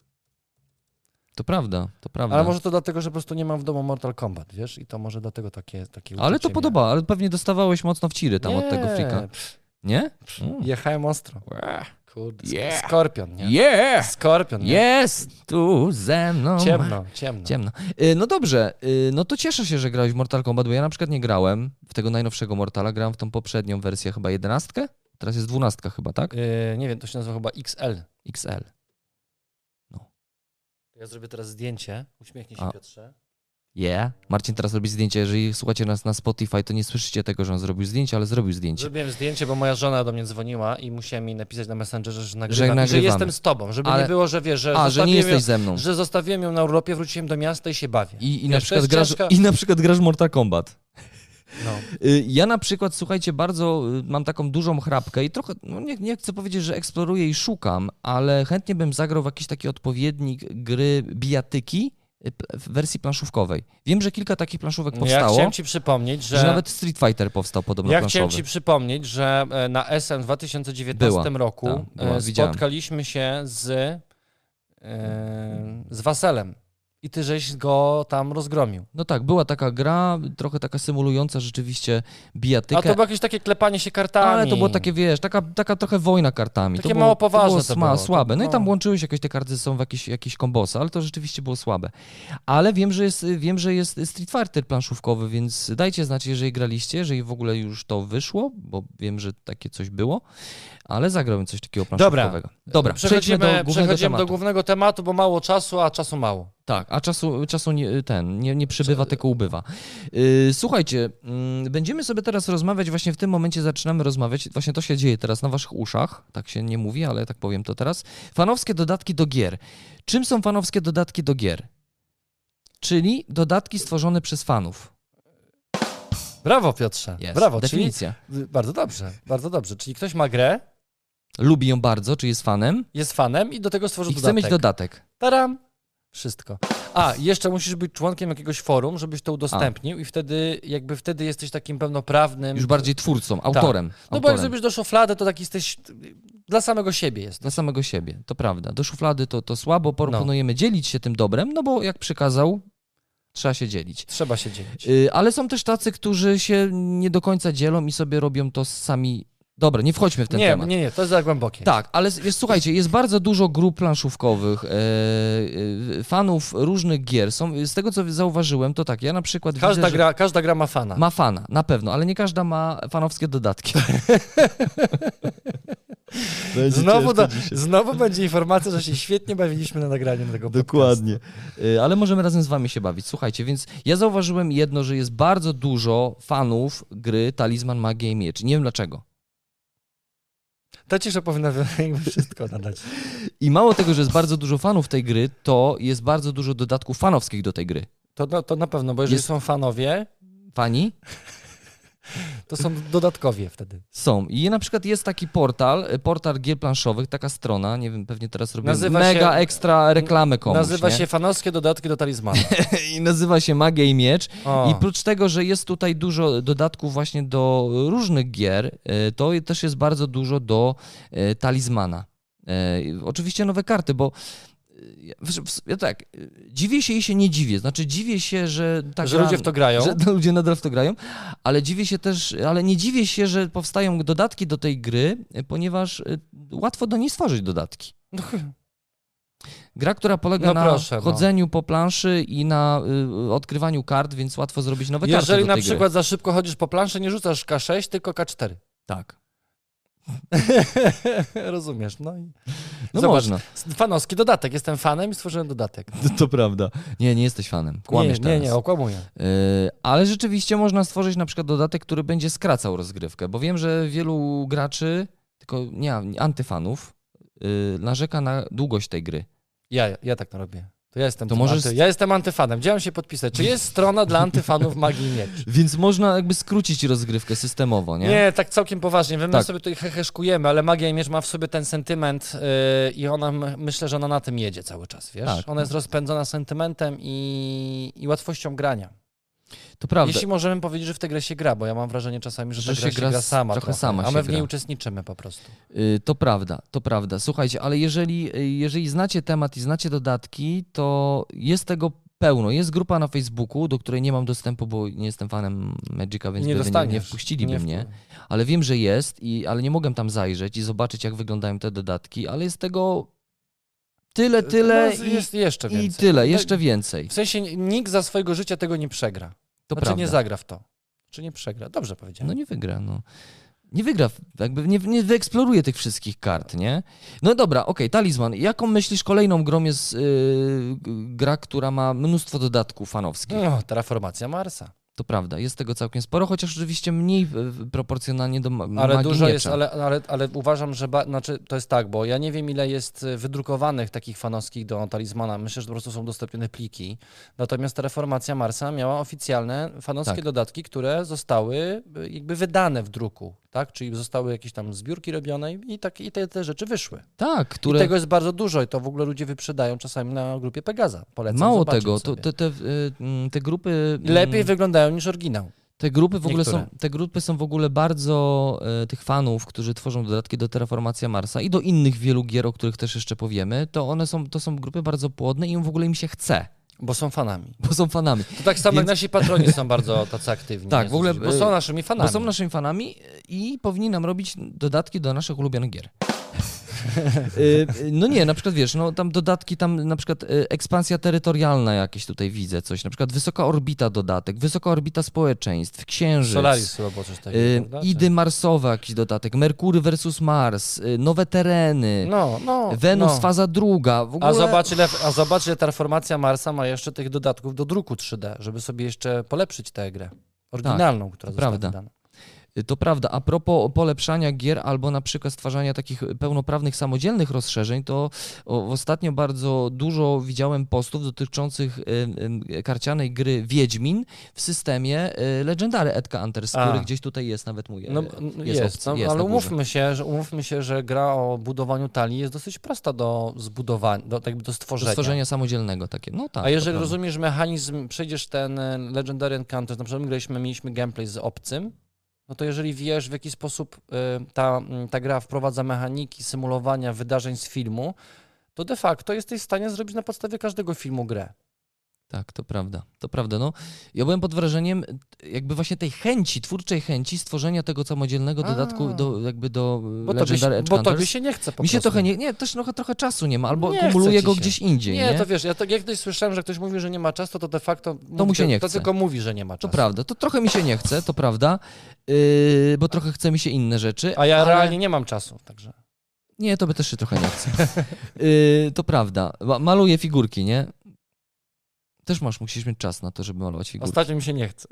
[SPEAKER 2] to prawda, to prawda.
[SPEAKER 1] Ale może to dlatego, że po prostu nie mam w domu Mortal Kombat, wiesz? I to może dlatego takie takie
[SPEAKER 2] Ale
[SPEAKER 1] uczucie
[SPEAKER 2] to
[SPEAKER 1] miałem.
[SPEAKER 2] podoba, ale pewnie dostawałeś mocno w ciry tam od tego
[SPEAKER 1] Nie,
[SPEAKER 2] flika.
[SPEAKER 1] pff,
[SPEAKER 2] Nie? Mm.
[SPEAKER 1] Jechałem ostro. Kurde, sk-
[SPEAKER 2] Yeah.
[SPEAKER 1] skorpion, nie?
[SPEAKER 2] Yeah!
[SPEAKER 1] Skorpion, nie?
[SPEAKER 2] Jest tu ze mną.
[SPEAKER 1] Ciemno, ciemno.
[SPEAKER 2] Ciemno. Y, No dobrze, y, no to cieszę się, że grałeś w Mortal Kombat, bo ja na przykład nie grałem w tego najnowszego Mortala, grałem w tą poprzednią wersję, chyba jedenastkę? Teraz jest dwunastka chyba, tak?
[SPEAKER 1] Yy, nie wiem, to się nazywa chyba XL.
[SPEAKER 2] XL.
[SPEAKER 1] Ja zrobię teraz zdjęcie. Uśmiechnij się,
[SPEAKER 2] A.
[SPEAKER 1] Piotrze.
[SPEAKER 2] Yeah. Marcin teraz robi zdjęcie. Jeżeli słuchacie nas na Spotify, to nie słyszycie tego, że on zrobił zdjęcie, ale zrobił zdjęcie.
[SPEAKER 1] Zrobiłem zdjęcie, bo moja żona do mnie dzwoniła i musiała mi napisać na Messengerze, że nagrywam, i że
[SPEAKER 2] nagrywamy.
[SPEAKER 1] jestem z tobą, żeby
[SPEAKER 2] Ale-
[SPEAKER 1] nie było, że wiesz, że,
[SPEAKER 2] A, że nie
[SPEAKER 1] zostawiłem
[SPEAKER 2] jesteś
[SPEAKER 1] ją,
[SPEAKER 2] ze mną.
[SPEAKER 1] że zostawiłem ją na urlopie, wróciłem do miasta i się bawię.
[SPEAKER 2] I, i,
[SPEAKER 1] Wiesz,
[SPEAKER 2] na
[SPEAKER 1] to
[SPEAKER 2] przykład
[SPEAKER 1] jest
[SPEAKER 2] grasz,
[SPEAKER 1] ciężka-
[SPEAKER 2] I na przykład grasz w Mortal Kombat.
[SPEAKER 1] No.
[SPEAKER 2] Y, Ja na przykład, słuchajcie, bardzo y, mam taką dużą chrapkę i trochę, no nie, nie chcę powiedzieć, że eksploruję i szukam, ale chętnie bym zagrał w jakiś taki odpowiednik gry bijatyki y, p- w wersji planszówkowej. Wiem, że kilka takich planszówek
[SPEAKER 1] No Ja
[SPEAKER 2] powstało,
[SPEAKER 1] chciałem ci przypomnieć, że...
[SPEAKER 2] że... nawet Street Fighter powstał podobno
[SPEAKER 1] Ja chciałem
[SPEAKER 2] planszowy.
[SPEAKER 1] ci przypomnieć, że e, na SM w 2019
[SPEAKER 2] Była,
[SPEAKER 1] roku
[SPEAKER 2] tak, była,
[SPEAKER 1] e,
[SPEAKER 2] widziałem.
[SPEAKER 1] spotkaliśmy się z, e, z Waselem i ty żeś go tam rozgromił.
[SPEAKER 2] No tak, była taka gra, trochę taka symulująca rzeczywiście bijatykę.
[SPEAKER 1] A to było jakieś takie klepanie się kartami.
[SPEAKER 2] Ale to było takie, wiesz, taka, taka trochę wojna kartami.
[SPEAKER 1] Takie
[SPEAKER 2] to było,
[SPEAKER 1] mało poważne
[SPEAKER 2] to było,
[SPEAKER 1] to
[SPEAKER 2] sma-
[SPEAKER 1] było, to-
[SPEAKER 2] słabe. No i tam
[SPEAKER 1] no.
[SPEAKER 2] łączyłeś jakieś te karty ze sobą w jakieś, jakieś kombosy, ale to rzeczywiście było słabe. Ale wiem, że jest, wiem, że jest Street Fighter planszówkowy, więc dajcie znać, jeżeli graliście, jeżeli w ogóle już to wyszło, bo wiem, że takie coś było, ale zagrałem coś takiego
[SPEAKER 1] Dobra.
[SPEAKER 2] planszówkowego. Dobra, przejdźmy do
[SPEAKER 1] Przechodzimy,
[SPEAKER 2] głównego
[SPEAKER 1] przechodzimy
[SPEAKER 2] tematu.
[SPEAKER 1] do głównego tematu, bo mało czasu, a czasu mało.
[SPEAKER 2] Tak, a czasu, czasu nie, ten nie, nie przybywa, tylko ubywa. Yy, słuchajcie, mm, będziemy sobie teraz rozmawiać, właśnie w tym momencie zaczynamy rozmawiać, właśnie to się dzieje teraz na waszych uszach, tak się nie mówi, ale tak powiem to teraz. Fanowskie dodatki do gier. Czym są fanowskie dodatki do gier? Czyli dodatki stworzone przez fanów.
[SPEAKER 1] Brawo Piotrze,
[SPEAKER 2] Jest.
[SPEAKER 1] brawo. Czyli,
[SPEAKER 2] Definicja.
[SPEAKER 1] bardzo dobrze, bardzo dobrze. Czyli ktoś ma grę,
[SPEAKER 2] Lubi ją bardzo, czy jest fanem
[SPEAKER 1] jest fanem i do tego stworzył
[SPEAKER 2] i chce mieć
[SPEAKER 1] dodatek.
[SPEAKER 2] dodatek.
[SPEAKER 1] Taram! Wszystko. A, i jeszcze musisz być członkiem jakiegoś forum, żebyś to udostępnił i wtedy, jakby wtedy jesteś takim pełnoprawnym...
[SPEAKER 2] Już bardziej twórcą, autorem.
[SPEAKER 1] No bo jak
[SPEAKER 2] autorem.
[SPEAKER 1] zrobisz do szuflady, to taki jesteś... Dla samego siebie jest.
[SPEAKER 2] dla samego siebie, to prawda. Do szuflady to, to słabo, proponujemy dzielić się tym dobrem, no bo jak przykazał, trzeba się dzielić.
[SPEAKER 1] Trzeba się dzielić.
[SPEAKER 2] Y, ale są też tacy, którzy się nie do końca dzielą i sobie robią to sami. Dobra, nie wchodźmy w ten
[SPEAKER 1] nie,
[SPEAKER 2] temat.
[SPEAKER 1] nie, nie, to jest za głębokie.
[SPEAKER 2] Tak, ale s- jest, słuchajcie, jest bardzo dużo grup planszówkowych, e, e, fanów różnych gier. Są, z tego, co zauważyłem, to tak, ja na przykład
[SPEAKER 1] Każda,
[SPEAKER 2] widzę, że-
[SPEAKER 1] gra, każda gra ma fana.
[SPEAKER 2] ma fana, na pewno, ale nie każda ma fanowskie <laughs> dodatki.
[SPEAKER 1] Znowu, do, znowu będzie informacja, że się świetnie bawiliśmy na nagraniu tego podcastu.
[SPEAKER 2] <laughs> Dokładnie. Y, Ale możemy razem z wami się bawić. Słuchajcie, więc ja zauważyłem jedno, że jest bardzo dużo fanów gry Talizman Magia i Miecz. Nie wiem dlaczego.
[SPEAKER 1] Ta cisza powinna <laughs> jakby wszystko nadać.
[SPEAKER 2] I mało tego, że jest bardzo dużo fanów tej gry, to jest bardzo dużo dodatków fanowskich do tej gry.
[SPEAKER 1] To, no, to na pewno, bo jeżeli
[SPEAKER 2] Jest-
[SPEAKER 1] są fanowie,
[SPEAKER 2] Fani?
[SPEAKER 1] to są dodatkowie wtedy.
[SPEAKER 2] Są. I na przykład jest taki portal, y, portal gier planszowych, taka strona, nie wiem, pewnie teraz robię
[SPEAKER 1] Nazywa
[SPEAKER 2] mega
[SPEAKER 1] się-
[SPEAKER 2] ekstra reklamę komuś,
[SPEAKER 1] Nazywa
[SPEAKER 2] nie?
[SPEAKER 1] się fanowskie dodatki do talizmana.
[SPEAKER 2] <laughs> I nazywa się Magia i Miecz.
[SPEAKER 1] O.
[SPEAKER 2] I prócz tego, że jest tutaj dużo dodatków właśnie do różnych gier, e, to też jest bardzo dużo do e, talizmana. E, i Oczywiście nowe karty, bo e, ja- wiesz, w- ja tak, e, dziwię się i się nie dziwię. Znaczy dziwię się, że tak
[SPEAKER 1] że ludzie w to grają.
[SPEAKER 2] że ludzie nadal w to grają, ale dziwię się też, ale nie dziwię się, że powstają dodatki do tej gry, e, ponieważ e, łatwo do niej stworzyć dodatki.
[SPEAKER 1] No,
[SPEAKER 2] Gra, która polega
[SPEAKER 1] No
[SPEAKER 2] na
[SPEAKER 1] proszę, no.
[SPEAKER 2] chodzeniu po planszy i na y, odkrywaniu kart, więc łatwo zrobić nowe karty.
[SPEAKER 1] Jeżeli
[SPEAKER 2] do
[SPEAKER 1] na
[SPEAKER 2] tej gry.
[SPEAKER 1] przykład za szybko chodzisz po planszy, nie rzucasz K6, tylko
[SPEAKER 2] <laughs>
[SPEAKER 1] K4.
[SPEAKER 2] Tak.
[SPEAKER 1] Rozumiesz, no i...
[SPEAKER 2] No
[SPEAKER 1] Zobacz,
[SPEAKER 2] można.
[SPEAKER 1] Fanowski dodatek, jestem fanem i stworzyłem dodatek.
[SPEAKER 2] <laughs> To, prawda. Nie, nie jesteś fanem. Kłamiesz
[SPEAKER 1] nie, nie,
[SPEAKER 2] teraz.
[SPEAKER 1] nie, okłamuję.
[SPEAKER 2] Y, ale rzeczywiście można stworzyć na przykład dodatek, który będzie skracał rozgrywkę, bo wiem, że wielu graczy, tylko nie, antyfanów, y, narzeka na długość tej gry.
[SPEAKER 1] Ja, ja tak to robię. To ja jestem,
[SPEAKER 2] To
[SPEAKER 1] to
[SPEAKER 2] możesz-
[SPEAKER 1] anty, ja jestem antyfanem. Gdzie mam się podpisać? Czy jest strona dla antyfanów Magii i Miecz?
[SPEAKER 2] Więc można jakby skrócić rozgrywkę systemowo, <laughs> nie?
[SPEAKER 1] Nie? tak całkiem poważnie. My
[SPEAKER 2] Tak.
[SPEAKER 1] sobie tutaj heheszkujemy, ale Magia i Miecz ma w sobie ten sentyment yy, i ona, m- myślę, że ona na tym jedzie cały czas, wiesz?
[SPEAKER 2] Tak.
[SPEAKER 1] Ona jest rozpędzona sentymentem i, i łatwością grania.
[SPEAKER 2] To prawda.
[SPEAKER 1] Jeśli możemy powiedzieć, że w tę grę się gra, bo ja mam wrażenie czasami, że,
[SPEAKER 2] Że
[SPEAKER 1] ta gra
[SPEAKER 2] się
[SPEAKER 1] się,
[SPEAKER 2] gra
[SPEAKER 1] gra,
[SPEAKER 2] s-
[SPEAKER 1] sama,
[SPEAKER 2] trochę
[SPEAKER 1] trochę,
[SPEAKER 2] sama
[SPEAKER 1] a
[SPEAKER 2] się
[SPEAKER 1] my w niej
[SPEAKER 2] gra.
[SPEAKER 1] uczestniczymy po prostu.
[SPEAKER 2] Y, To prawda, to prawda. Słuchajcie, ale jeżeli, y, jeżeli znacie temat i znacie dodatki, to jest tego pełno. Jest grupa na Facebooku, do której nie mam dostępu, bo nie jestem fanem Magica, więc
[SPEAKER 1] nie
[SPEAKER 2] pewnie nie,
[SPEAKER 1] dostaniesz.
[SPEAKER 2] nie wpuściliby
[SPEAKER 1] Nie wpu-
[SPEAKER 2] mnie. Ale wiem, że jest, i, ale nie mogłem tam zajrzeć i zobaczyć, jak wyglądają te dodatki, ale jest tego tyle, tyle
[SPEAKER 1] No,
[SPEAKER 2] i,
[SPEAKER 1] jest jeszcze
[SPEAKER 2] i
[SPEAKER 1] więcej. Tak.
[SPEAKER 2] tyle, jeszcze więcej.
[SPEAKER 1] W sensie nikt za swojego życia tego nie przegra.
[SPEAKER 2] To
[SPEAKER 1] znaczy
[SPEAKER 2] prawda.
[SPEAKER 1] nie zagra w to. Czy nie przegra? Dobrze powiedziałem.
[SPEAKER 2] No nie wygra, no. Nie wygra, jakby nie, nie wyeksploruje tych wszystkich kart, nie? No dobra, okej, talizman. Jaką myślisz kolejną grą jest yy, gra, która ma mnóstwo dodatków fanowskich?
[SPEAKER 1] No, terraformacja Marsa.
[SPEAKER 2] To prawda, jest tego całkiem sporo, chociaż oczywiście mniej yy, proporcjonalnie do ma-
[SPEAKER 1] Ale
[SPEAKER 2] magii
[SPEAKER 1] dużo
[SPEAKER 2] miecza.
[SPEAKER 1] jest, ale, ale, ale uważam, że ba, znaczy, to jest tak, bo ja nie wiem, ile jest y, wydrukowanych takich fanowskich do talizmana. Myślę, że po prostu są udostępnione pliki. Natomiast reformacja Marsa miała oficjalne fanowskie
[SPEAKER 2] Tak.
[SPEAKER 1] dodatki, które zostały y, jakby wydane w druku, tak? Czyli zostały jakieś tam zbiórki robione i, tak, i te, te rzeczy wyszły.
[SPEAKER 2] Tak, które...
[SPEAKER 1] I tego jest bardzo dużo i to w ogóle ludzie wyprzedają czasami na grupie Pegaza. Polecam
[SPEAKER 2] Mało
[SPEAKER 1] zobaczyć
[SPEAKER 2] tego, to,
[SPEAKER 1] sobie.
[SPEAKER 2] te, te, y, mm, te grupy. mm,
[SPEAKER 1] Lepiej wyglądają niż oryginał.
[SPEAKER 2] Te grupy w ogóle są,
[SPEAKER 1] Niektóre.
[SPEAKER 2] te grupy są w ogóle bardzo e, tych fanów, którzy tworzą dodatki do Terraformacja Marsa i do innych wielu gier, o których też jeszcze powiemy, to one są, to są grupy bardzo płodne i w ogóle im się chce,
[SPEAKER 1] Bo są fanami.
[SPEAKER 2] bo są fanami.
[SPEAKER 1] To tak samo
[SPEAKER 2] Więc-
[SPEAKER 1] jak nasi patroni są bardzo tacy aktywni.
[SPEAKER 2] <laughs> Tak,
[SPEAKER 1] nie?
[SPEAKER 2] w ogóle,
[SPEAKER 1] Bo
[SPEAKER 2] e,
[SPEAKER 1] są naszymi fanami.
[SPEAKER 2] Bo są naszymi fanami i powinni nam robić dodatki do naszych ulubionych
[SPEAKER 1] <laughs>
[SPEAKER 2] gier. Y, no nie, na przykład wiesz, no tam dodatki, tam na przykład y, ekspansja terytorialna jakieś tutaj widzę coś, na przykład wysoka orbita dodatek, wysoka orbita społeczeństw, księżyc.
[SPEAKER 1] Solaris chyba było coś takiego,
[SPEAKER 2] Y,
[SPEAKER 1] prawda?
[SPEAKER 2] Idy Marsowe jakiś dodatek, Merkury versus Mars, y, nowe tereny,
[SPEAKER 1] No, no,
[SPEAKER 2] Wenus
[SPEAKER 1] no.
[SPEAKER 2] faza druga, w ogóle...
[SPEAKER 1] A zobacz, ile, a zobacz, ile Terraformacja Marsa ma jeszcze tych dodatków do druku 3D, żeby sobie jeszcze polepszyć tę grę. Oryginalną, która
[SPEAKER 2] Tak, to
[SPEAKER 1] została
[SPEAKER 2] prawda.
[SPEAKER 1] wydana.
[SPEAKER 2] Y, To prawda, a propos polepszania gier albo na przykład stwarzania takich pełnoprawnych, samodzielnych rozszerzeń, to o- ostatnio bardzo dużo widziałem postów dotyczących y, y, karcianej gry Wiedźmin w systemie y, Legendary Edka Anters,
[SPEAKER 1] A.
[SPEAKER 2] który gdzieś tutaj jest, nawet mój. y,
[SPEAKER 1] No, no, jest,
[SPEAKER 2] opcja-
[SPEAKER 1] no,
[SPEAKER 2] jest
[SPEAKER 1] ale
[SPEAKER 2] na górze.
[SPEAKER 1] umówmy się, że, umówmy się, że gra o budowaniu talii jest dosyć prosta do zbudowania, do, tak jakby do
[SPEAKER 2] Do
[SPEAKER 1] stworzenia.
[SPEAKER 2] stworzenia samodzielnego takie, no tak.
[SPEAKER 1] A
[SPEAKER 2] to
[SPEAKER 1] jeżeli
[SPEAKER 2] prawda.
[SPEAKER 1] rozumiesz mechanizm, przejdziesz ten e, Legendary Encounters, na przykład my graliśmy, mieliśmy gameplay z obcym, no to jeżeli wiesz, w jaki sposób y, ta, mm, ta gra wprowadza mechaniki symulowania wydarzeń z filmu, to de facto jesteś w stanie zrobić na podstawie każdego filmu grę.
[SPEAKER 2] Tak, to prawda. To prawda. No, ja byłem pod wrażeniem y, jakby właśnie tej chęci, twórczej chęci stworzenia tego samodzielnego
[SPEAKER 1] A.
[SPEAKER 2] dodatku do, jakby do y,
[SPEAKER 1] Bo tobie,
[SPEAKER 2] Legendary
[SPEAKER 1] się,
[SPEAKER 2] Edge
[SPEAKER 1] bo tobie
[SPEAKER 2] Hunters.
[SPEAKER 1] się nie chce po
[SPEAKER 2] Mi się
[SPEAKER 1] prostu.
[SPEAKER 2] trochę nie, nie, też trochę, trochę czasu nie ma, albo
[SPEAKER 1] Nie
[SPEAKER 2] kumuluje
[SPEAKER 1] chce
[SPEAKER 2] go
[SPEAKER 1] ci się.
[SPEAKER 2] gdzieś indziej, nie?
[SPEAKER 1] Nie, to wiesz, ja to, jak kiedyś słyszałem, że ktoś mówi, że nie ma czasu, to to de facto...
[SPEAKER 2] mu się nie
[SPEAKER 1] To
[SPEAKER 2] chce.
[SPEAKER 1] tylko mówi, że nie ma
[SPEAKER 2] To
[SPEAKER 1] czasu.
[SPEAKER 2] prawda, to trochę mi się nie chce, to prawda, yy, bo trochę chce mi się inne rzeczy.
[SPEAKER 1] A ja
[SPEAKER 2] ale-
[SPEAKER 1] realnie nie mam czasu, także...
[SPEAKER 2] Nie, to by też się trochę nie chce. <laughs> Yy, to prawda, Ma- maluję figurki, nie? Też masz, musisz mieć czas na to, żeby malować figurki.
[SPEAKER 1] Ostatnio mi się nie chce.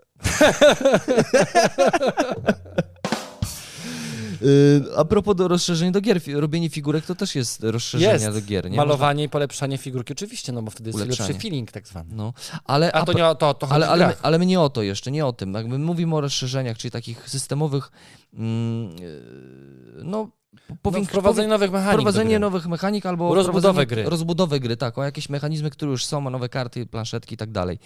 [SPEAKER 2] Yy, a propos do rozszerzeń do gier, fi- robienie figurek to też jest rozszerzenia
[SPEAKER 1] Jest.
[SPEAKER 2] do gier, nie?
[SPEAKER 1] Malowanie i polepszanie figurki, oczywiście, no bo wtedy jest
[SPEAKER 2] Ulepszanie.
[SPEAKER 1] lepszy feeling tak zwany.
[SPEAKER 2] No, ale,
[SPEAKER 1] A to nie o to, to
[SPEAKER 2] ale,
[SPEAKER 1] chodzi
[SPEAKER 2] ale,
[SPEAKER 1] ale,
[SPEAKER 2] my- ale my nie o to jeszcze, nie o tym. Jakby mówimy o rozszerzeniach, czyli takich systemowych, mm, yy, no,
[SPEAKER 1] no,
[SPEAKER 2] powięk-
[SPEAKER 1] wprowadzenie nowych mechanik.
[SPEAKER 2] Wprowadzenie
[SPEAKER 1] do gry.
[SPEAKER 2] nowych mechanik albo
[SPEAKER 1] Rozbudowę
[SPEAKER 2] wprowadzenie-
[SPEAKER 1] gry.
[SPEAKER 2] Rozbudowę gry, tak, o jakieś mechanizmy, które już są, o nowe karty, planszetki i tak dalej.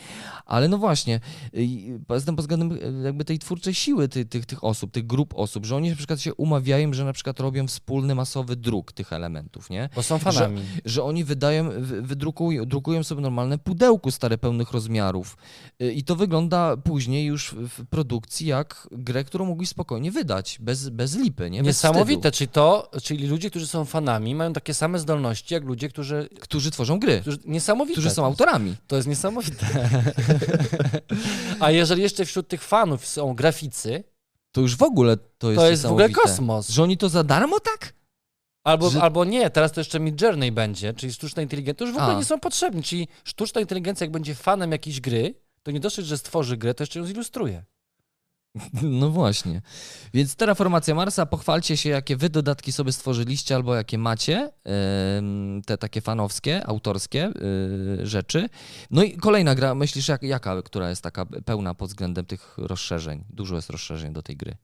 [SPEAKER 2] Ale no właśnie, y, jestem pod względem y, jakby tej twórczej siły tych, tych, tych osób, tych grup osób, że oni na przykład się umawiają, że na przykład robią wspólny masowy druk tych elementów, nie?
[SPEAKER 1] Bo są fanami.
[SPEAKER 2] że oni wydają, wy- wydrukują drukują sobie normalne pudełku stare pełnych rozmiarów. Y, I to wygląda później już w w produkcji jak grę, którą mogli spokojnie wydać, bez, bez lipy, nie? Bez
[SPEAKER 1] Niesamowite,
[SPEAKER 2] wstydu,
[SPEAKER 1] czyli to, czyli ludzie, którzy są fanami, mają takie same zdolności jak ludzie, którzy.
[SPEAKER 2] którzy tworzą gry,
[SPEAKER 1] którzy niesamowite.
[SPEAKER 2] którzy są autorami.
[SPEAKER 1] To jest niesamowite. <laughs> A jeżeli jeszcze wśród tych fanów są graficy,
[SPEAKER 2] To już w ogóle to jest
[SPEAKER 1] to jest w ogóle
[SPEAKER 2] niesamowite.
[SPEAKER 1] kosmos.
[SPEAKER 2] Że oni to za darmo tak? <laughs>
[SPEAKER 1] Albo,
[SPEAKER 2] że-
[SPEAKER 1] albo nie, teraz to jeszcze Midjourney będzie, czyli sztuczna inteligencja. To już w ogóle
[SPEAKER 2] A.
[SPEAKER 1] nie są potrzebni. Czyli sztuczna inteligencja, jak będzie fanem jakiejś gry, to nie dosyć, że stworzy grę, to jeszcze ją zilustruje.
[SPEAKER 2] No właśnie. Więc Terraformacja Marsa, pochwalcie się, jakie wy dodatki sobie stworzyliście albo jakie macie, em, te takie fanowskie, autorskie y, rzeczy. No i kolejna gra, myślisz jak, jaka, która jest taka pełna pod względem tych rozszerzeń? Dużo jest rozszerzeń do tej gry.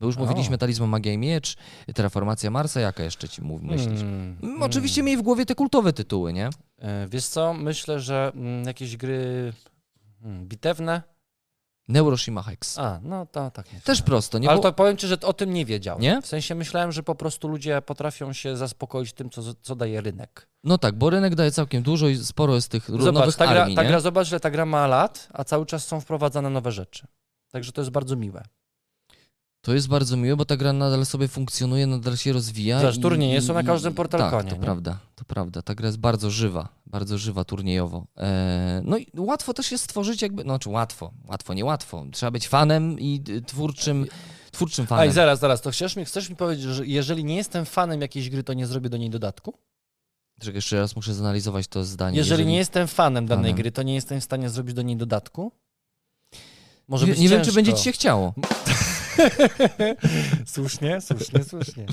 [SPEAKER 2] Bo już
[SPEAKER 1] O.
[SPEAKER 2] mówiliśmy Talizman Magia i Miecz, Terraformacja Marsa, jaka jeszcze ci mów, myślisz?
[SPEAKER 1] Hmm.
[SPEAKER 2] Mm, Oczywiście miej w głowie te kultowe tytuły, nie?
[SPEAKER 1] E, Wiesz co, myślę, że mm, jakieś gry mm, bitewne.
[SPEAKER 2] Neuroshima Hex.
[SPEAKER 1] A, no to tak. Nie
[SPEAKER 2] Też
[SPEAKER 1] wiem.
[SPEAKER 2] prosto, nie?
[SPEAKER 1] Ale
[SPEAKER 2] Bo-
[SPEAKER 1] to powiem ci, że o tym nie wiedziałem.
[SPEAKER 2] Nie?
[SPEAKER 1] W sensie myślałem, że po prostu ludzie potrafią się zaspokoić tym, co, co daje rynek.
[SPEAKER 2] No tak, bo rynek daje całkiem dużo i sporo jest tych
[SPEAKER 1] Zobacz,
[SPEAKER 2] nowych
[SPEAKER 1] ta gra,
[SPEAKER 2] armii,
[SPEAKER 1] ta
[SPEAKER 2] nie?
[SPEAKER 1] gra, zobacz, że ta gra ma lat, a cały czas są wprowadzane nowe rzeczy. Także to jest bardzo miłe.
[SPEAKER 2] To jest bardzo miłe, bo ta gra nadal sobie funkcjonuje, nadal się rozwija.
[SPEAKER 1] Zobacz,
[SPEAKER 2] i-
[SPEAKER 1] turnieje są na
[SPEAKER 2] i-
[SPEAKER 1] każdym
[SPEAKER 2] i-
[SPEAKER 1] portal
[SPEAKER 2] Tak,
[SPEAKER 1] konia,
[SPEAKER 2] to
[SPEAKER 1] nie?
[SPEAKER 2] prawda, to prawda. Ta gra jest bardzo żywa, bardzo żywa turniejowo. Eee, no i łatwo też jest stworzyć jakby, no znaczy łatwo, łatwo, nie łatwo. Trzeba być fanem i y, twórczym, twórczym
[SPEAKER 1] Ej,
[SPEAKER 2] fanem.
[SPEAKER 1] zaraz, zaraz, to chcesz mi, chcesz mi powiedzieć, że jeżeli nie jestem fanem jakiejś gry, to nie zrobię do niej dodatku?
[SPEAKER 2] Czekaj, jeszcze raz muszę zanalizować to zdanie.
[SPEAKER 1] Jeżeli, nie jestem fanem danej
[SPEAKER 2] Fanem.
[SPEAKER 1] gry, to nie jestem w stanie zrobić do niej dodatku? Może
[SPEAKER 2] nie,
[SPEAKER 1] być
[SPEAKER 2] nie wiem,
[SPEAKER 1] ciężko.
[SPEAKER 2] czy będzie ci się chciało,
[SPEAKER 1] <laughs> Słusznie, słusznie, słusznie.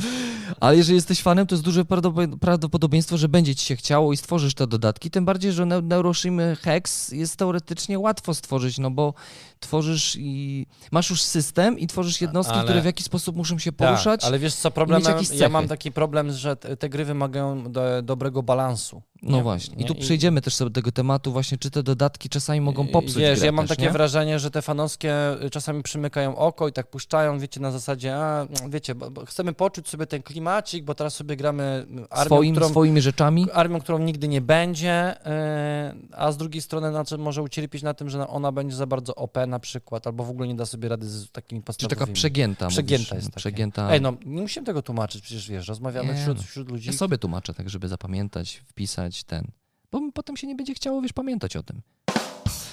[SPEAKER 2] ale jeżeli jesteś fanem, to jest duże prawdopo- prawdopodobieństwo, że będzie ci się chciało i stworzysz te dodatki, tym bardziej, że Neu- Neuroshima Hex jest teoretycznie łatwo stworzyć, no bo tworzysz i... Masz już system i tworzysz jednostki,
[SPEAKER 1] ale-
[SPEAKER 2] które w jakiś sposób muszą się
[SPEAKER 1] Tak,
[SPEAKER 2] poruszać.
[SPEAKER 1] ale wiesz co, problem,
[SPEAKER 2] mieć
[SPEAKER 1] ja,
[SPEAKER 2] jakieś
[SPEAKER 1] ja mam
[SPEAKER 2] cechy.
[SPEAKER 1] taki problem, że te, te gry wymagają do, dobrego balansu.
[SPEAKER 2] No
[SPEAKER 1] nie?
[SPEAKER 2] właśnie. I
[SPEAKER 1] Nie?
[SPEAKER 2] tu przejdziemy też sobie do tego tematu, właśnie czy te dodatki czasami mogą popsuć
[SPEAKER 1] Wiesz,
[SPEAKER 2] grę
[SPEAKER 1] ja mam
[SPEAKER 2] też,
[SPEAKER 1] takie
[SPEAKER 2] nie?
[SPEAKER 1] wrażenie, że te fanowskie y, czasami przymykają oko i tak puszczają, wiecie, na zasadzie, a, wiecie, bo, bo chcemy poczuć sobie ten klimacik, bo teraz sobie gramy armią,
[SPEAKER 2] Swoim,
[SPEAKER 1] którą, No
[SPEAKER 2] swoimi rzeczami.
[SPEAKER 1] armią, którą nigdy nie będzie, y, a z drugiej strony na czym może ucierpieć na tym, że ona będzie za bardzo OP na przykład, albo w ogóle nie da sobie rady z takimi
[SPEAKER 2] Czy taka
[SPEAKER 1] podstawowymi.
[SPEAKER 2] przegięta.
[SPEAKER 1] Przegięta
[SPEAKER 2] mówisz,
[SPEAKER 1] jest takie.
[SPEAKER 2] Przegięta.
[SPEAKER 1] Ej, no nie musimy tego tłumaczyć, przecież wiesz, rozmawiamy
[SPEAKER 2] Nie,
[SPEAKER 1] wśród,
[SPEAKER 2] no.
[SPEAKER 1] wśród ludzi,
[SPEAKER 2] Ja sobie tłumaczę tak, żeby zapamiętać, wpisać ten. Bo potem się nie będzie chciało, wiesz, pamiętać o tym.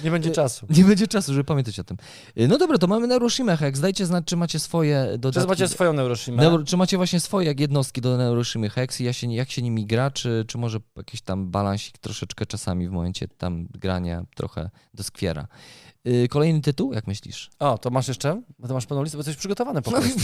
[SPEAKER 1] nie
[SPEAKER 2] e,
[SPEAKER 1] będzie czasu.
[SPEAKER 2] Nie będzie czasu, żeby pamiętać o tym. Y, No dobra, to mamy Neuroshima Hex. Dajcie znać, czy macie swoje
[SPEAKER 1] Czy
[SPEAKER 2] dodatki.
[SPEAKER 1] macie swoją Neuroshima?
[SPEAKER 2] znaczy, Neuro, czy macie właśnie swoje jak jednostki do Neuroshimy Hex i ja się, nie- jak się nimi gra, czy, czy może jakiś tam balansik troszeczkę czasami w momencie tam grania trochę doskwiera. Yy, kolejny tytuł, jak myślisz?
[SPEAKER 1] O, to masz jeszcze? Bo Ty masz pełną listę, bo jesteś przygotowany po
[SPEAKER 2] No.
[SPEAKER 1] prostu.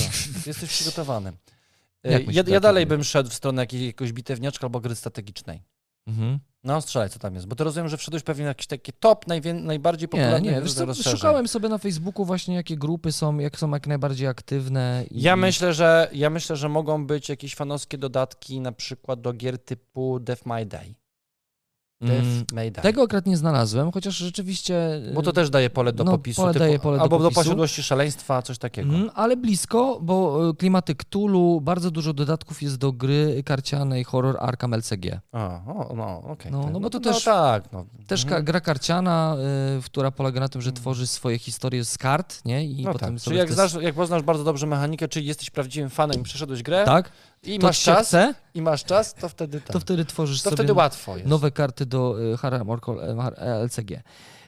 [SPEAKER 1] jesteś
[SPEAKER 2] <laughs>
[SPEAKER 1] przygotowany. E,
[SPEAKER 2] Jak myślisz,
[SPEAKER 1] Ja, ja
[SPEAKER 2] jak
[SPEAKER 1] dalej
[SPEAKER 2] mówię?
[SPEAKER 1] bym szedł w stronę jakiej, jakiegoś bitewniaczka albo gry strategicznej.
[SPEAKER 2] Mhm.
[SPEAKER 1] No, strzelaj, co tam jest. Bo to rozumiem, że wszedłeś pewnie na jakiś taki top, najwię, najbardziej
[SPEAKER 2] Nie,
[SPEAKER 1] popularny
[SPEAKER 2] nie, wiesz co, szukałem sobie na Facebooku właśnie, jakie grupy są, jak są jak najbardziej aktywne. I,
[SPEAKER 1] Ja myślę, że, ja myślę, że mogą być jakieś fanowskie dodatki na przykład do gier typu Death My Day. Death
[SPEAKER 2] Mm,
[SPEAKER 1] May Day.
[SPEAKER 2] Tego akurat nie znalazłem, chociaż rzeczywiście...
[SPEAKER 1] Bo to też daje pole do
[SPEAKER 2] No,
[SPEAKER 1] popisu.
[SPEAKER 2] pole
[SPEAKER 1] typu,
[SPEAKER 2] daje pole do
[SPEAKER 1] albo
[SPEAKER 2] popisu.
[SPEAKER 1] do posiadłości szaleństwa, coś takiego.
[SPEAKER 2] Mm, ale blisko, bo y, klimaty Cthulhu, bardzo dużo dodatków jest do gry karcianej horror Arkham LCG.
[SPEAKER 1] A, o, no, okej.
[SPEAKER 2] No,
[SPEAKER 1] tak.
[SPEAKER 2] no bo to
[SPEAKER 1] no,
[SPEAKER 2] też-
[SPEAKER 1] tak, no.
[SPEAKER 2] Też
[SPEAKER 1] Mhm.
[SPEAKER 2] ka- gra karciana, y, która polega na tym, że tworzy swoje historie z kart, nie? I
[SPEAKER 1] No
[SPEAKER 2] potem
[SPEAKER 1] tak.
[SPEAKER 2] sobie
[SPEAKER 1] Czyli jak,
[SPEAKER 2] te-
[SPEAKER 1] znasz, jak poznasz bardzo dobrze mechanikę, czyli jesteś prawdziwym fanem i przeszedłeś grę
[SPEAKER 2] tak?
[SPEAKER 1] i
[SPEAKER 2] to
[SPEAKER 1] masz
[SPEAKER 2] ci się
[SPEAKER 1] czas,
[SPEAKER 2] Chce,
[SPEAKER 1] i masz czas, to wtedy tak.
[SPEAKER 2] to
[SPEAKER 1] To,
[SPEAKER 2] wtedy tworzysz sobie
[SPEAKER 1] wtedy łatwo jest.
[SPEAKER 2] nowe karty do y, Harem Orko- e, Har- e, LCG.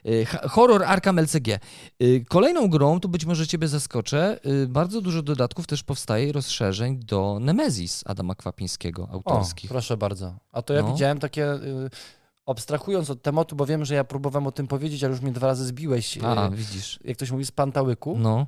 [SPEAKER 2] Y, ha- Horror Arkham LCG. Y, Kolejną grą, tu być może ciebie zaskoczę, y, bardzo dużo dodatków też powstaje i rozszerzeń do Nemesis Adama Kwapińskiego,
[SPEAKER 1] o,
[SPEAKER 2] autorskich.
[SPEAKER 1] proszę bardzo. A to ja
[SPEAKER 2] No.
[SPEAKER 1] widziałem takie, y, abstrahując od tematu, bo wiem, że ja próbowałem o tym powiedzieć, ale już mnie dwa razy zbiłeś, y,
[SPEAKER 2] A, E, widzisz.
[SPEAKER 1] jak ktoś mówi, z pantałyku,
[SPEAKER 2] No,